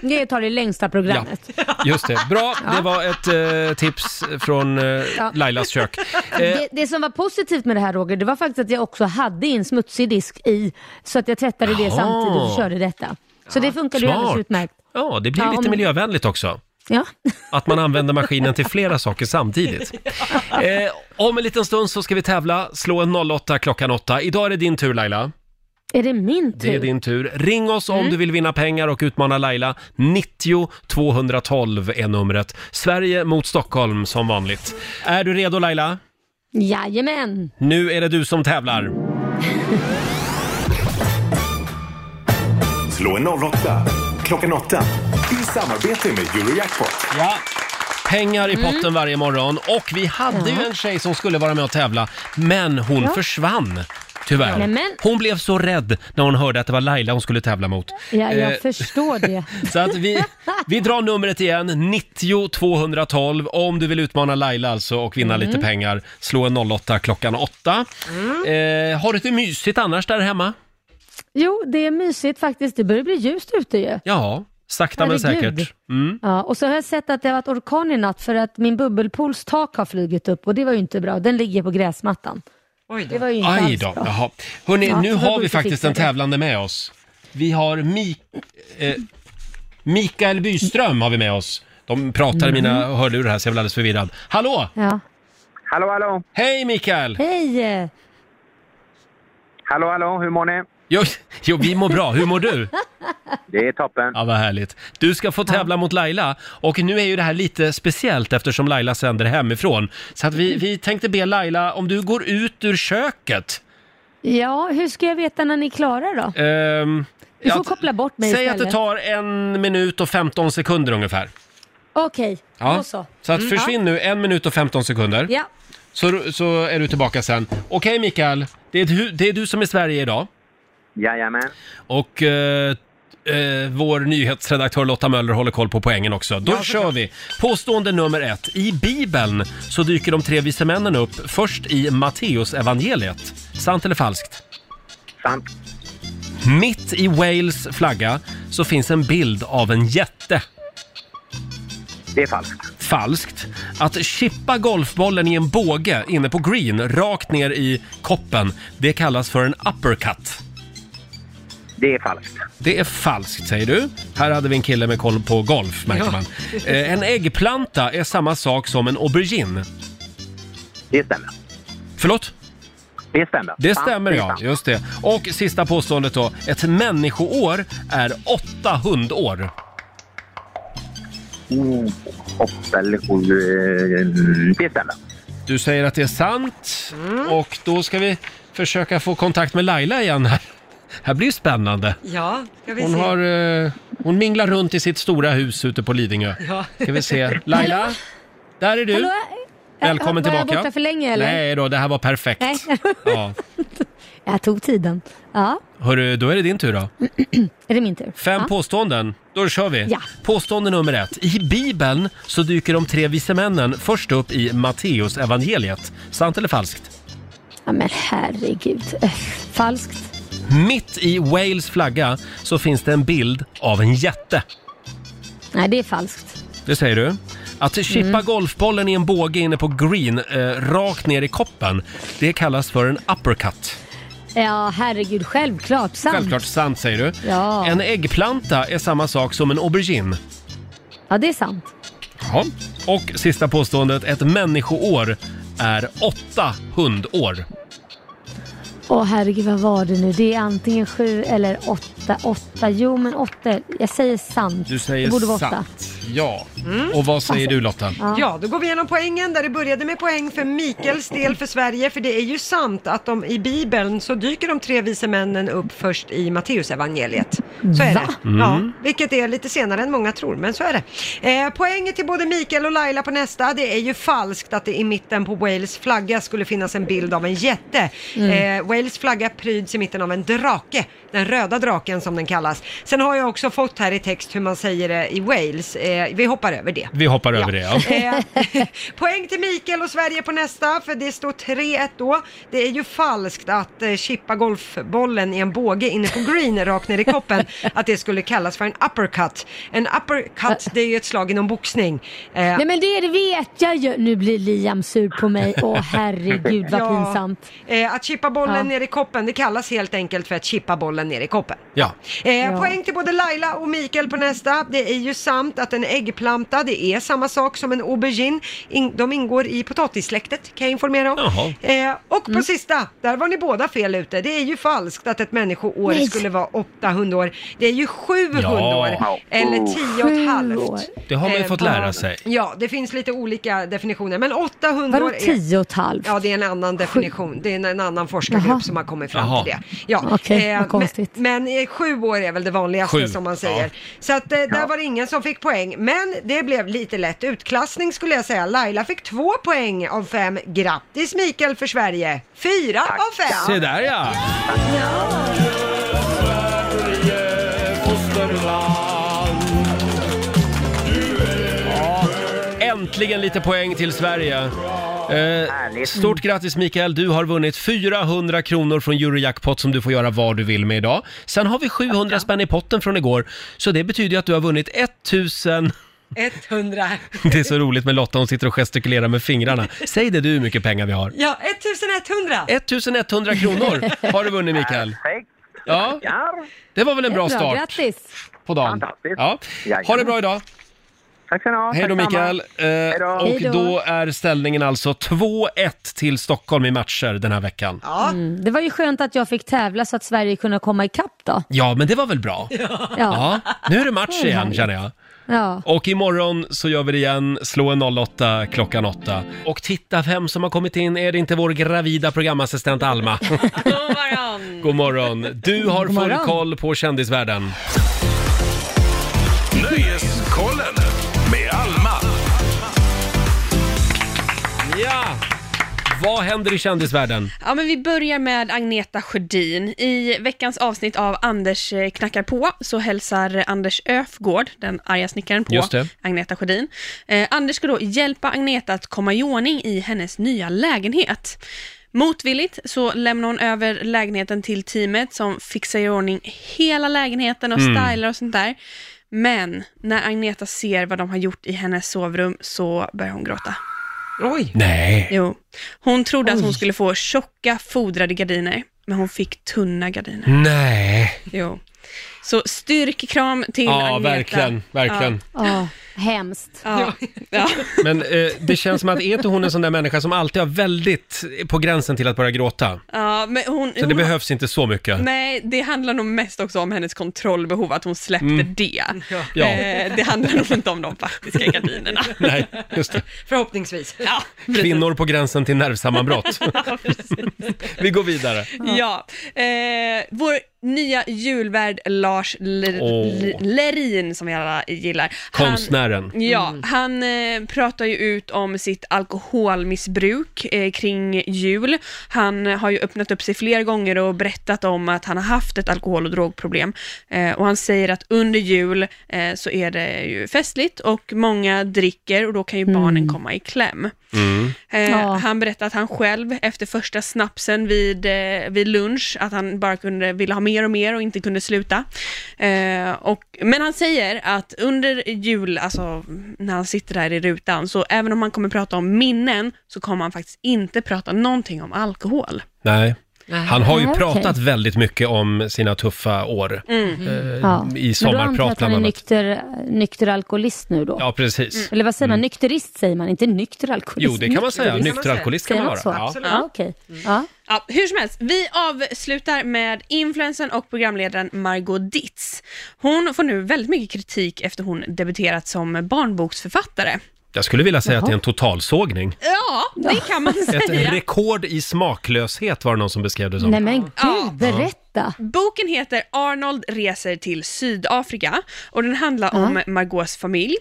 S8: det tar det längsta programmet.
S1: Just det. Bra, det var ett eh, tips från eh,
S8: Ja.
S1: Lailas kök. Eh,
S8: Det, det som var positivt med det här Roger, det var faktiskt att jag också hade en smutsig disk i, så att jag tvättade det
S1: Jaha.
S8: samtidigt och körde detta. Så det funkade ju alldeles
S1: Smart.
S8: utmärkt.
S1: ja, det blir
S8: Ja,
S1: lite
S8: om-
S1: miljövänligt också.
S8: Ja.
S1: Att man använder maskinen till flera saker samtidigt. Eh, om en liten stund så ska vi tävla. Slå en 08 klockan 8. Idag är det din tur Laila.
S8: Är det min tur?
S1: Det är din tur. Ring oss om du vill vinna pengar och utmana Laila. 90 212 är numret. Sverige mot Stockholm som vanligt. Är du redo Laila?
S8: Jajamän!
S1: Nu är det du som tävlar.
S11: Slå en 08 klockan 8 i samarbete med Eurojackpot.
S1: Ja. Pengar i
S11: Mm.
S1: potten varje morgon och vi hade ju en tjej som skulle vara med och tävla men hon
S8: Ja.
S1: försvann tyvärr.
S8: Nämen.
S1: Hon blev så rädd när hon hörde att det var Laila hon skulle tävla mot.
S8: Ja, jag
S1: Eh,
S8: förstår det.
S1: Så att vi, vi drar numret igen, 90 212 om du vill utmana Laila alltså och vinna
S8: Mm.
S1: lite pengar. Slå en 08 klockan 8. Eh, har du det mysigt annars där hemma?
S8: Jo, det är mysigt faktiskt. Det börjar bli ljust ute ju.
S1: Ja, sakta men
S8: Herregud.
S1: säkert. Mm.
S8: Ja, och så har jag sett att det har varit orkan i natt för att min bubbelpools tak har flugit upp och det var ju inte bra. Den ligger på gräsmattan. Det var ju inte
S1: Aj
S8: alls
S1: då,
S8: bra.
S1: jaha. Hörrni,
S8: Ja,
S1: nu
S8: så
S1: har
S8: borde
S1: vi
S8: vi
S1: faktiskt
S8: fixa
S1: en
S8: det.
S1: tävlande med oss. Vi har Mi- eh, Mikael Byström har vi med oss. De pratar i mina
S8: Mm.
S1: hörlurar här så jag blir alldeles förvirrad. Hallå!
S8: Ja.
S14: Hallå, hallå!
S1: Hej Mikael!
S8: Hej!
S14: Hallå, hallå, hur mår ni?
S1: Jo, jo, vi mår bra. Hur mår du?
S14: Det är toppen.
S1: Ja, vad härligt. Du ska få tävla mot Laila och nu är ju det här lite speciellt eftersom Laila sänder hemifrån. Så att
S8: Mm.
S1: vi, vi tänkte be Laila, om du går ut ur köket.
S8: Ja, hur ska jag veta när ni är klara då?
S1: Ehm,
S8: Du får
S1: ja,
S8: koppla bort mig
S1: Säg att
S8: istället.
S1: det tar en minut och 15 sekunder ungefär.
S8: Okej,
S1: Ja.
S8: då så.
S1: att
S8: Mm.
S1: försvinn nu, en minut och 15 sekunder.
S8: Ja.
S1: Så, så är du tillbaka sen. Okej Mikael, det är, du, det är du som är Sverige idag.
S14: Jajamän.
S1: Och eh, eh, vår nyhetsredaktör Lotta Möller håller koll på poängen också. Då kör vi! Påstående nummer ett. I Bibeln så dyker de tre vise männen upp först i Matteusevangeliet. Sant eller falskt?
S14: Sant.
S1: Mitt i Wales flagga så finns en bild av en jätte.
S14: Det är falskt.
S1: Falskt. Att chippa golfbollen i en båge inne på green, rakt ner i koppen, det kallas för en uppercut.
S14: Det är falskt.
S1: Det är falskt, säger du. Här hade vi en kille med koll på golf, märker
S14: Ja.
S1: man. Eh, en äggplanta är samma sak som en aubergine.
S14: Det stämmer.
S1: Förlåt?
S14: Det stämmer.
S1: Det
S14: Sant,
S1: stämmer,
S14: det är
S1: ja.
S14: sant.
S1: Just det. Och sista påståendet då. Ett människoår är åtta hundår.
S14: Oh, hopp eller eh, Det stämmer.
S1: Du säger att det är sant
S14: Mm.
S1: och då ska vi försöka få kontakt med Laila igen här. Här blir ju spännande.
S2: Ja, ska vi
S1: Hon,
S2: se.
S1: har, eh, hon minglar runt i sitt stora hus ute på Lidingö.
S2: Ja.
S1: Ska vi se. Laila, där är du.
S8: Hallå?
S1: Välkommen
S8: Var jag
S1: tillbaka.
S8: borta för länge, eller?
S1: Nej då, det här var perfekt.
S8: Nej.
S1: Ja.
S8: jag tog tiden. Ja,
S1: Hörru, då är det din tur då.
S8: är det min tur?
S1: Fem
S8: ja.
S1: påståenden. Då kör vi.
S8: Ja.
S1: Påstående nummer ett. I Bibeln så dyker de tre vise männen först upp i Matteus evangeliet. Sant eller falskt?
S8: ja, men herregud. Äh, Falskt.
S1: Mitt i Wales flagga så finns det en bild av en jätte.
S8: Nej, det är falskt.
S1: Det säger du. Att chippa
S8: Mm.
S1: golfbollen i en båge inne på green, eh, rakt ner i koppen, det kallas för en uppercut.
S8: Ja, herregud. Självklart. Sant.
S1: Självklart sant säger du.
S8: Ja.
S1: En äggplanta är samma sak som en aubergine.
S8: ja, det är sant.
S1: Ja. Och sista påståendet, ett människoår är åtta hundår.
S8: Åh herregud, vad var det nu? Det är antingen sju eller åtta. Åtta, jo men åtta. Jag säger sant.
S1: Du säger
S8: det borde vara åtta.
S1: sant. Ja. Och vad säger du Lotta?
S2: Ja, då går vi igenom poängen där det började med poäng för Mikels del för Sverige, för det är ju sant att de i Bibeln så dyker de tre vise männen upp först i Matteusevangeliet. Så är
S9: Va?
S2: det.
S9: Mm.
S2: Ja, vilket är lite senare än många tror, men så är det. Eh, poängen till både Mikael och Laila på nästa, det är ju falskt att det i mitten på Wales flagga skulle finnas en bild av en jätte.
S9: Mm.
S2: Eh, Israels flagga pryds i mitten av en drake, den röda draken som den kallas. Sen har jag också fått här i text hur man säger det i Wales. Eh, vi hoppar över det.
S1: Vi hoppar över det, ja.
S2: Eh, Poäng till Mikael och Sverige på nästa, för det står 3-1 då. Det är ju falskt att eh, chippa golfbollen i en båge inne på green rakt ner i koppen, att det skulle kallas för en uppercut. En uppercut, det är ju ett slag inom boxning. Eh,
S8: Nej men det vet jag ju. Nu blir Liam sur på mig. Åh herregud vad
S2: Ja,
S8: pinsamt.
S2: Eh, att chippa bollen
S8: Ja.
S2: ner i koppen, det kallas helt enkelt för att chippa bollen ner i koppen.
S1: Ja.
S2: Eh, Poäng till både Laila och Mikael på nästa. Det är ju sant att en äggplanta, det är samma sak som en aubergine. In, de ingår i potatissläktet, kan jag informera om. Eh, och på sista, där var ni båda fel ute. Det är ju falskt att ett människoår
S9: Nej.
S2: skulle vara 800 år. Det är ju 700
S1: Ja.
S2: år, eller 10 och ett halvt.
S1: Det har man ju
S2: Eh,
S1: fått lära sig.
S2: Ja, det finns lite olika definitioner, men 800
S8: Vadå
S2: år är...
S8: tio och ett halvt?
S2: Ja, det är en annan definition. Det är en, en annan forskargrupp
S8: Jaha.
S2: som har kommit fram
S8: Jaha.
S2: till det. Ja,
S8: Okej, vad
S2: konstigt. Men, men eh, sju år är väl det vanligaste
S8: Sju,
S2: som man säger.
S8: ja.
S2: Så att eh, där
S8: Ja.
S2: var det ingen som fick poäng. Men det blev lite lätt utklassning skulle jag säga. Laila fick två poäng av fem. Grattis Mikael för Sverige! Fyra av fem!
S1: Se där ja! Äntligen lite poäng till Sverige. Eh, stort grattis Mikael, du har vunnit 400 kronor från Eurojackpot som du får göra vad du vill med idag. Sen har vi 700 spänn i potten från igår, så det betyder ju att du har vunnit 1000...
S2: 100.
S1: Det är så roligt med Lotta, hon sitter och gestikulerar med fingrarna. Säg det du hur mycket pengar vi har.
S2: Ja, 1100!
S1: 1100 kronor har du vunnit Mikael. Ja, det var väl en bra start
S8: Grattis!
S1: på dagen. Ja. Ha det bra idag.
S14: Tack ska ni ha.
S1: Hej då
S14: Tack samma.
S1: Mikael. Eh, och
S8: Hej då.
S1: då är ställningen alltså 2-1 till Stockholm i matcher den här veckan.
S8: Mm, det var ju skönt att jag fick tävla så att Sverige kunde komma ikapp då.
S1: Ja, men det var väl bra? Ja. Nu är det match igen känner jag.
S8: Ja.
S1: Och imorgon så gör vi det igen, slå en 08 klockan 8. Och titta vem som har kommit in, är det inte vår gravida programassistent Alma? God morgon! Du har
S11: God
S1: full
S11: morgon.
S1: koll på kändisvärlden.
S11: Nöjeskollen med Alma.
S1: Ja! Vad händer i kändisvärlden?
S6: Ja, men vi börjar med Agneta Sjödin. I veckans avsnitt av Anders eh, knackar på så hälsar Anders Öfgård, den arga snickaren, på
S1: Just det.
S6: Agneta Sjödin. Eh, Anders ska då hjälpa Agneta att komma i ordning i hennes nya lägenhet. Motvilligt så lämnar hon över lägenheten till teamet som fixar i ordning hela lägenheten och
S9: Mm.
S6: stylar och sånt där. Men när Agneta ser vad de har gjort i hennes sovrum så börjar hon gråta.
S2: Oj!
S1: Nej!
S6: Jo. Hon trodde att hon
S1: Oj.
S6: skulle få tjocka fodrade gardiner, men hon fick tunna gardiner.
S1: Mm. Nej!
S6: Jo. Så styrkkram till
S1: Ja,
S6: Agneta.
S1: verkligen, verkligen.
S6: Ja.
S8: Ja, hemskt.
S6: Ja. Ja.
S1: Men eh, det känns som att är inte hon en sån där människa som alltid har väldigt på gränsen till att börja gråta?
S6: Ja, men hon,
S1: Så det
S6: hon,
S1: behövs inte så mycket.
S6: Nej, det handlar nog mest också om hennes kontrollbehov, att hon släppte
S1: Mm.
S6: det.
S1: Ja.
S6: Eh, det handlar nog inte om de faktiska gardinerna.
S1: Nej, just det.
S2: Förhoppningsvis.
S6: Ja, precis.
S1: Kvinnor på gränsen till nervsammanbrott. Vi går vidare.
S6: Ja, eh, vår nya julvärd Lars Ler-
S1: Åh.
S6: L- Lerin som vi alla gillar. Han-
S1: Konstnären.
S6: Mm. Ja, han eh, pratar ju ut om sitt alkoholmissbruk eh, kring jul. Han eh, har ju öppnat upp sig flera gånger och berättat om att han har haft ett alkohol och drogproblem. Eh, och han säger att under jul eh, så är det ju festligt och många dricker och då kan ju barnen komma i kläm. Eh,
S9: Ja.
S6: Han berättade att han själv efter första snapsen vid, eh, vid lunch, att han bara kunde, ville ha mer och mer och inte kunde sluta. Eh, och, men han säger att under jul, alltså när han sitter där i rutan, så även om han kommer prata om minnen, så kommer han faktiskt inte prata någonting om alkohol.
S1: Nej.
S6: Nej.
S1: Han har ju
S6: Nej, okej.
S1: pratat väldigt mycket om sina tuffa år.
S6: Mm.
S1: Eh, I
S8: Ja. Men då antar jag
S1: sommarprat
S8: att han
S1: bland
S8: är
S1: annat.
S8: nykter, nykter alkoholist nu då?
S1: Ja, precis.
S6: Mm.
S8: Eller vad säger man? Nykterist säger man, inte nykter alkoholist.
S1: Jo, det kan man säga.
S8: Nykterist.
S1: Nykter alkoholist kan
S8: Säger
S1: man vara.
S8: så?
S1: Ja. Mm.
S8: Absolut.
S1: Absolut.
S8: Ja, okej. Ja.
S6: Ja, hur som helst, vi avslutar med influensen och programledaren Margot Ditz. Hon får nu väldigt mycket kritik efter hon debuterat som barnboksförfattare.
S1: Jag skulle vilja säga att det är en
S6: Jaha.
S1: totalsågning.
S6: Ja, det kan man
S1: Ett
S6: säga.
S1: rekord i smaklöshet var det någon som beskrev det som.
S8: Nej men gud, berätta!
S1: Mm.
S6: Boken heter Arnold reser till Sydafrika och den handlar om Margots familj.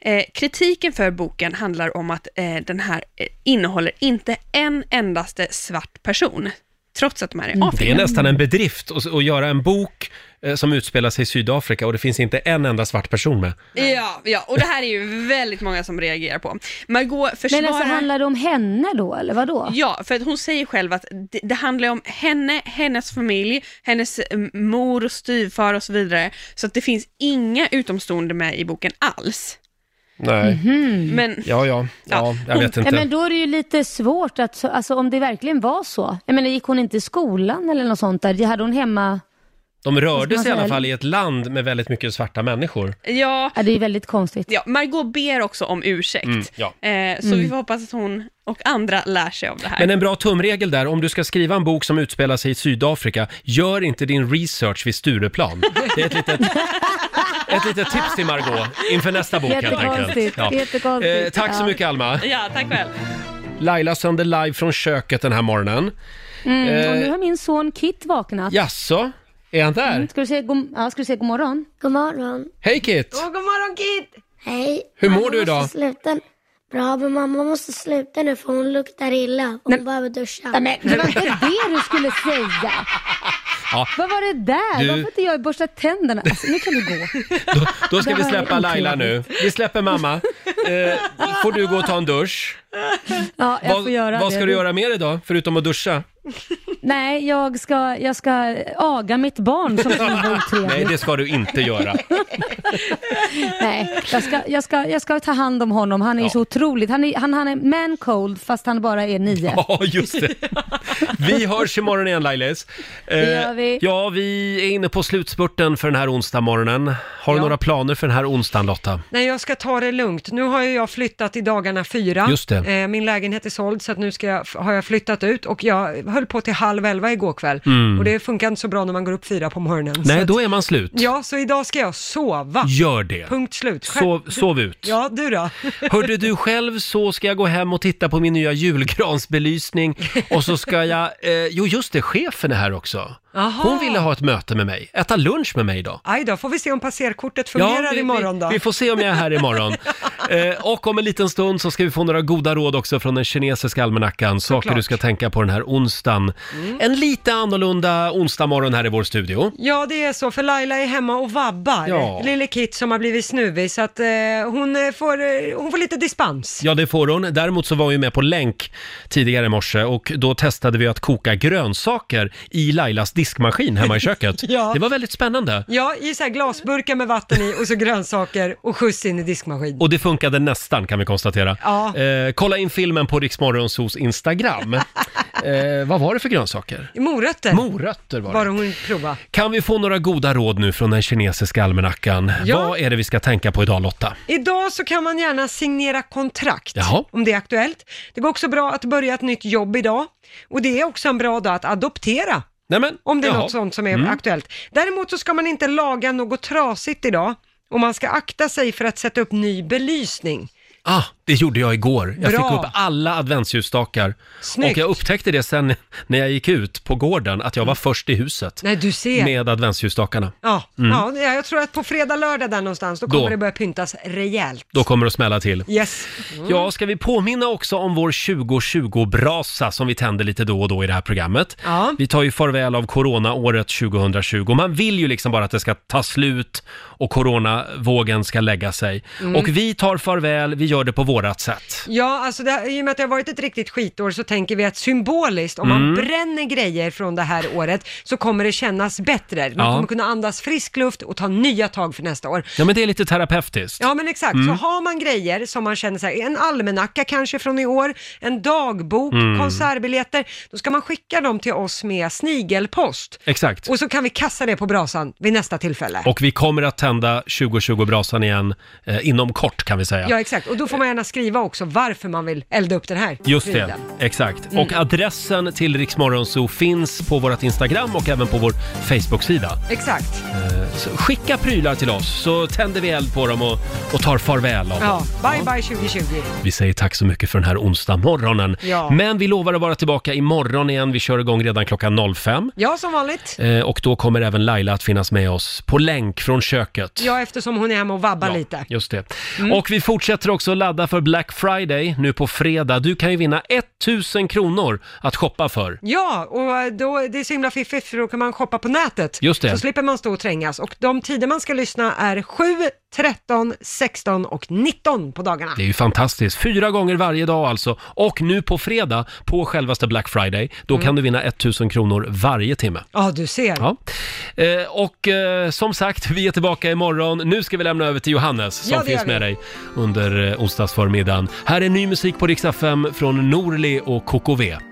S6: Eh, kritiken för boken handlar om att eh, den här eh, innehåller inte en endaste svart person. trots att de här är Afrika.
S1: Det är nästan en bedrift att, att göra en bok eh, som utspelar sig i Sydafrika och det finns inte en enda svart person med.
S6: Ja, ja, och det här är ju väldigt många som reagerar på. Margot försvarar...
S8: Men alltså handlar det om henne då, eller vadå?
S6: Ja, för att hon säger själv att det, det handlar om henne, hennes familj, hennes eh, mor och styvfar och så vidare. Så att det finns inga utomstående med i boken alls.
S1: Nej.
S6: Men-
S1: Ja, ja, ja, jag vet inte.
S8: Mhm. Ja, men då är det ju lite svårt att, så- alltså, om det verkligen var så. Jag menar, gick hon inte i skolan eller något sånt där? Det hade hon hemma?
S1: De
S8: Måste
S1: rörde
S8: man
S1: sig i alla
S8: säga-
S1: fall i ett land med väldigt mycket svarta människor.
S6: Ja.
S8: det är väldigt konstigt.
S6: Ja, Margot ber också om ursäkt.
S1: Mm, ja.
S6: Eh, så vi får hoppas att hon och andra lär sig av det här.
S1: Men en bra tumregel där, om du ska skriva en bok som utspelar sig i Sydafrika, gör inte din research vid Stureplan. Det är ett litet, ett litet tips till Margot inför nästa bok helt enkelt.
S6: Jättekonstigt, jättekonstigt.
S1: Eh, tack så
S6: Ja.
S1: mycket Alma.
S6: Ja, tack väl.
S1: Laila sänder live från köket den här morgonen.
S8: Mm, och
S1: Eh,
S8: nu har min son Kit vaknat.
S1: Jaså, är han där?
S8: Mm, ska, du säga god, ja, ska du säga god morgon? God morgon.
S1: Hej Kit!
S15: god morgon Kit! Hej!
S1: Hur mår
S15: Mamma
S1: du idag?
S15: Måste sluta. Bra, men mamma måste sluta nu för hon luktar illa. Hon behöver duscha.
S8: Nej, men det var inte det du skulle säga.
S1: Ja,
S8: Vad var det där?
S1: Du-
S8: Varför inte jag borstat tänderna? Alltså, nu kan du gå.
S1: då ska
S8: Det
S1: vi
S8: här är
S1: släppa Laila nu.
S8: otroligt.
S1: Vi släpper mamma. Eh, får du gå och ta en dusch?
S8: Ja, jag
S1: vad,
S8: får göra
S1: vad
S8: det.
S1: ska du göra mer idag, förutom att duscha?
S8: Nej, jag ska, jag ska aga mitt barn som så var otrevligt.
S1: Nej, det ska du inte göra.
S8: Nej, jag ska, jag, ska, jag ska ta hand om honom. Han är ju så otroligt. Han är, han, han är man cold fast han bara är nio.
S1: Ja, just det. Vi hörs imorgon igen Lailis. Eh,
S8: Det gör vi.
S1: Ja, vi är inne på slutspurten för den här onsdag morgonen. Har du
S2: Ja.
S1: några planer för den här onsdagen Lotta?
S2: Nej, jag ska ta det lugnt. Nu har ju jag flyttat i dagarna fyra.
S1: Just det.
S2: Eh, min lägenhet är såld, så att nu ska jag, har jag flyttat ut och jag höll på till halv elva igår kväll.
S1: Mm.
S2: Och det funkar inte så bra när man går upp fyra på morgonen. så
S1: Nej,
S2: att-
S1: då är man slut.
S2: Ja, så idag ska jag sova.
S1: Gör det.
S2: Punkt slut. Själv-
S1: Sov, sov ut.
S2: Ja, du då?
S1: Hörde du själv så ska jag gå hem och titta på min nya julgransbelysning och så ska jag, eh, jo just det, chefen är här också.
S2: Aha.
S1: Hon ville ha ett möte med mig, äta lunch med mig idag.
S2: Aj då, får vi se om passerkortet fungerar
S1: vi,
S2: imorgon då.
S1: Vi, vi får se om jag är här imorgon. eh, och om en liten stund så ska vi få några goda råd också från den kinesiska almanackan. Saker
S2: Såklart. Mm.
S1: du ska tänka på den här onsdagen. En lite annorlunda onsdag morgon här i vår studio.
S2: Ja, det är så, för Laila är hemma och vabbar.
S1: Ja.
S2: Lille Kit som har blivit snuvig, så att eh, hon, eh, får, eh, hon får lite dispens.
S1: Ja, det får hon. Däremot så var vi med på länk tidigare i morse och då testade vi att koka grönsaker i Lailas diskmaskin hemma i köket.
S2: Ja.
S1: Det var väldigt spännande.
S2: Ja, i så här glasburkar med vatten i och så grönsaker och skjuts in i diskmaskin.
S1: Och det funkade nästan kan vi konstatera.
S2: Ja.
S1: Eh, kolla in filmen på Riksmorgonsos Instagram. eh, vad var det för grönsaker?
S2: Morötter.
S1: Morötter var det.
S2: Bara hon prova.
S1: Kan vi få några goda råd nu från den kinesiska almanackan?
S2: Ja.
S1: Vad är det vi ska tänka på idag Lotta?
S2: Idag så kan man gärna signera kontrakt
S1: Jaha.
S2: om det är aktuellt. Det går också bra att börja ett nytt jobb idag och det är också en bra dag att adoptera.
S1: Nämen,
S2: om det är
S1: jaha.
S2: något sånt som är
S1: Mm.
S2: aktuellt. Däremot så ska man inte laga något trasigt idag och man ska akta sig för att sätta upp ny belysning.
S1: Ah, det gjorde jag igår. Jag
S2: Bra.
S1: fick upp alla adventsljusstakar.
S2: Snyggt. Mm.
S1: Och jag upptäckte det sen när jag gick ut på gården, att jag var först i huset.
S2: Nej, du ser.
S1: Med adventsljusstakarna.
S2: Ja,
S1: Mm.
S2: ja, jag tror att på fredag, lördag där någonstans, då
S1: Då.
S2: kommer det börja pyntas rejält.
S1: Då kommer det att smälla till.
S2: Yes.
S1: Ja,
S2: Mm.
S1: ska vi påminna också om vår 2020-brasa som vi tänder lite då och då i det här programmet. Vi tar ju farväl av coronaåret 2020. Man vill ju liksom bara att det ska ta slut och coronavågen ska lägga sig.
S2: Mm.
S1: Och vi tar farväl, vi gör det på vårat sätt.
S2: Ja, alltså det, här- i och med att det har varit ett riktigt skitår så tänker vi att symboliskt, om
S1: Mm.
S2: man bränner grejer från det här året så kommer det kännas bättre. Man
S1: Ja.
S2: kommer kunna andas frisk luft och ta nya tag för nästa år.
S1: Ja, men det är lite terapeutiskt.
S2: Ja men exakt,
S1: Mm.
S2: så har man grejer som man känner så här, en almanacka kanske från i år, en dagbok,
S1: Mm.
S2: konsertbiljetter, då ska man skicka dem till oss med snigelpost.
S1: Exakt.
S2: Och så kan vi kassa det på brasan vid nästa tillfälle.
S1: Och vi kommer att tända 2020-brasan igen eh, inom kort kan vi säga.
S2: Ja exakt, och då får man gärna skriva också varför man vill elda upp den här
S1: Just det,
S2: prylen.
S1: exakt.
S2: Mm.
S1: Och adressen till Riksmorgonzoo finns på vårt Instagram och även på vår Facebook-sida.
S2: Exakt.
S1: Eh, så Skicka prylar till oss så tänder vi eld på dem och, och tar farväl av dem.
S2: Ja, bye bye 2020.
S1: Vi säger tack så mycket för den här onsdag morgonen.
S2: Ja.
S1: Men vi lovar att vara tillbaka imorgon igen. Vi kör igång redan klockan 05.
S2: Ja, som vanligt.
S1: Eh, och då kommer även Laila att finnas med oss på länk från köket.
S2: Ja, eftersom hon är hemma och vabbar lite. Mm.
S1: Just det. Och vi fortsätter också att ladda inför Black Friday nu på fredag. Du kan ju vinna 1000 kronor att shoppa för.
S2: Ja, och eh, då, det är så himla fiffigt för då kan man shoppa på nätet.
S1: Just det.
S2: Så slipper man stå och trängas. Och de tider man ska lyssna är 7, 13, 16 och 19 på dagarna.
S1: Det är ju fantastiskt. Fyra gånger varje dag alltså. Och nu på fredag, på självaste Black Friday, då
S2: Mm.
S1: kan du vinna 1000 kronor varje timme.
S2: Ja, du ser.
S1: Ja. Eh, och eh, som sagt, vi är tillbaka imorgon. Nu ska vi lämna över till Johannes som
S2: Ja, det
S1: finns
S2: gör vi.
S1: med dig under eh, onsdagsförmiddagen. Här är ny musik på Rix FM från Norli och KKV.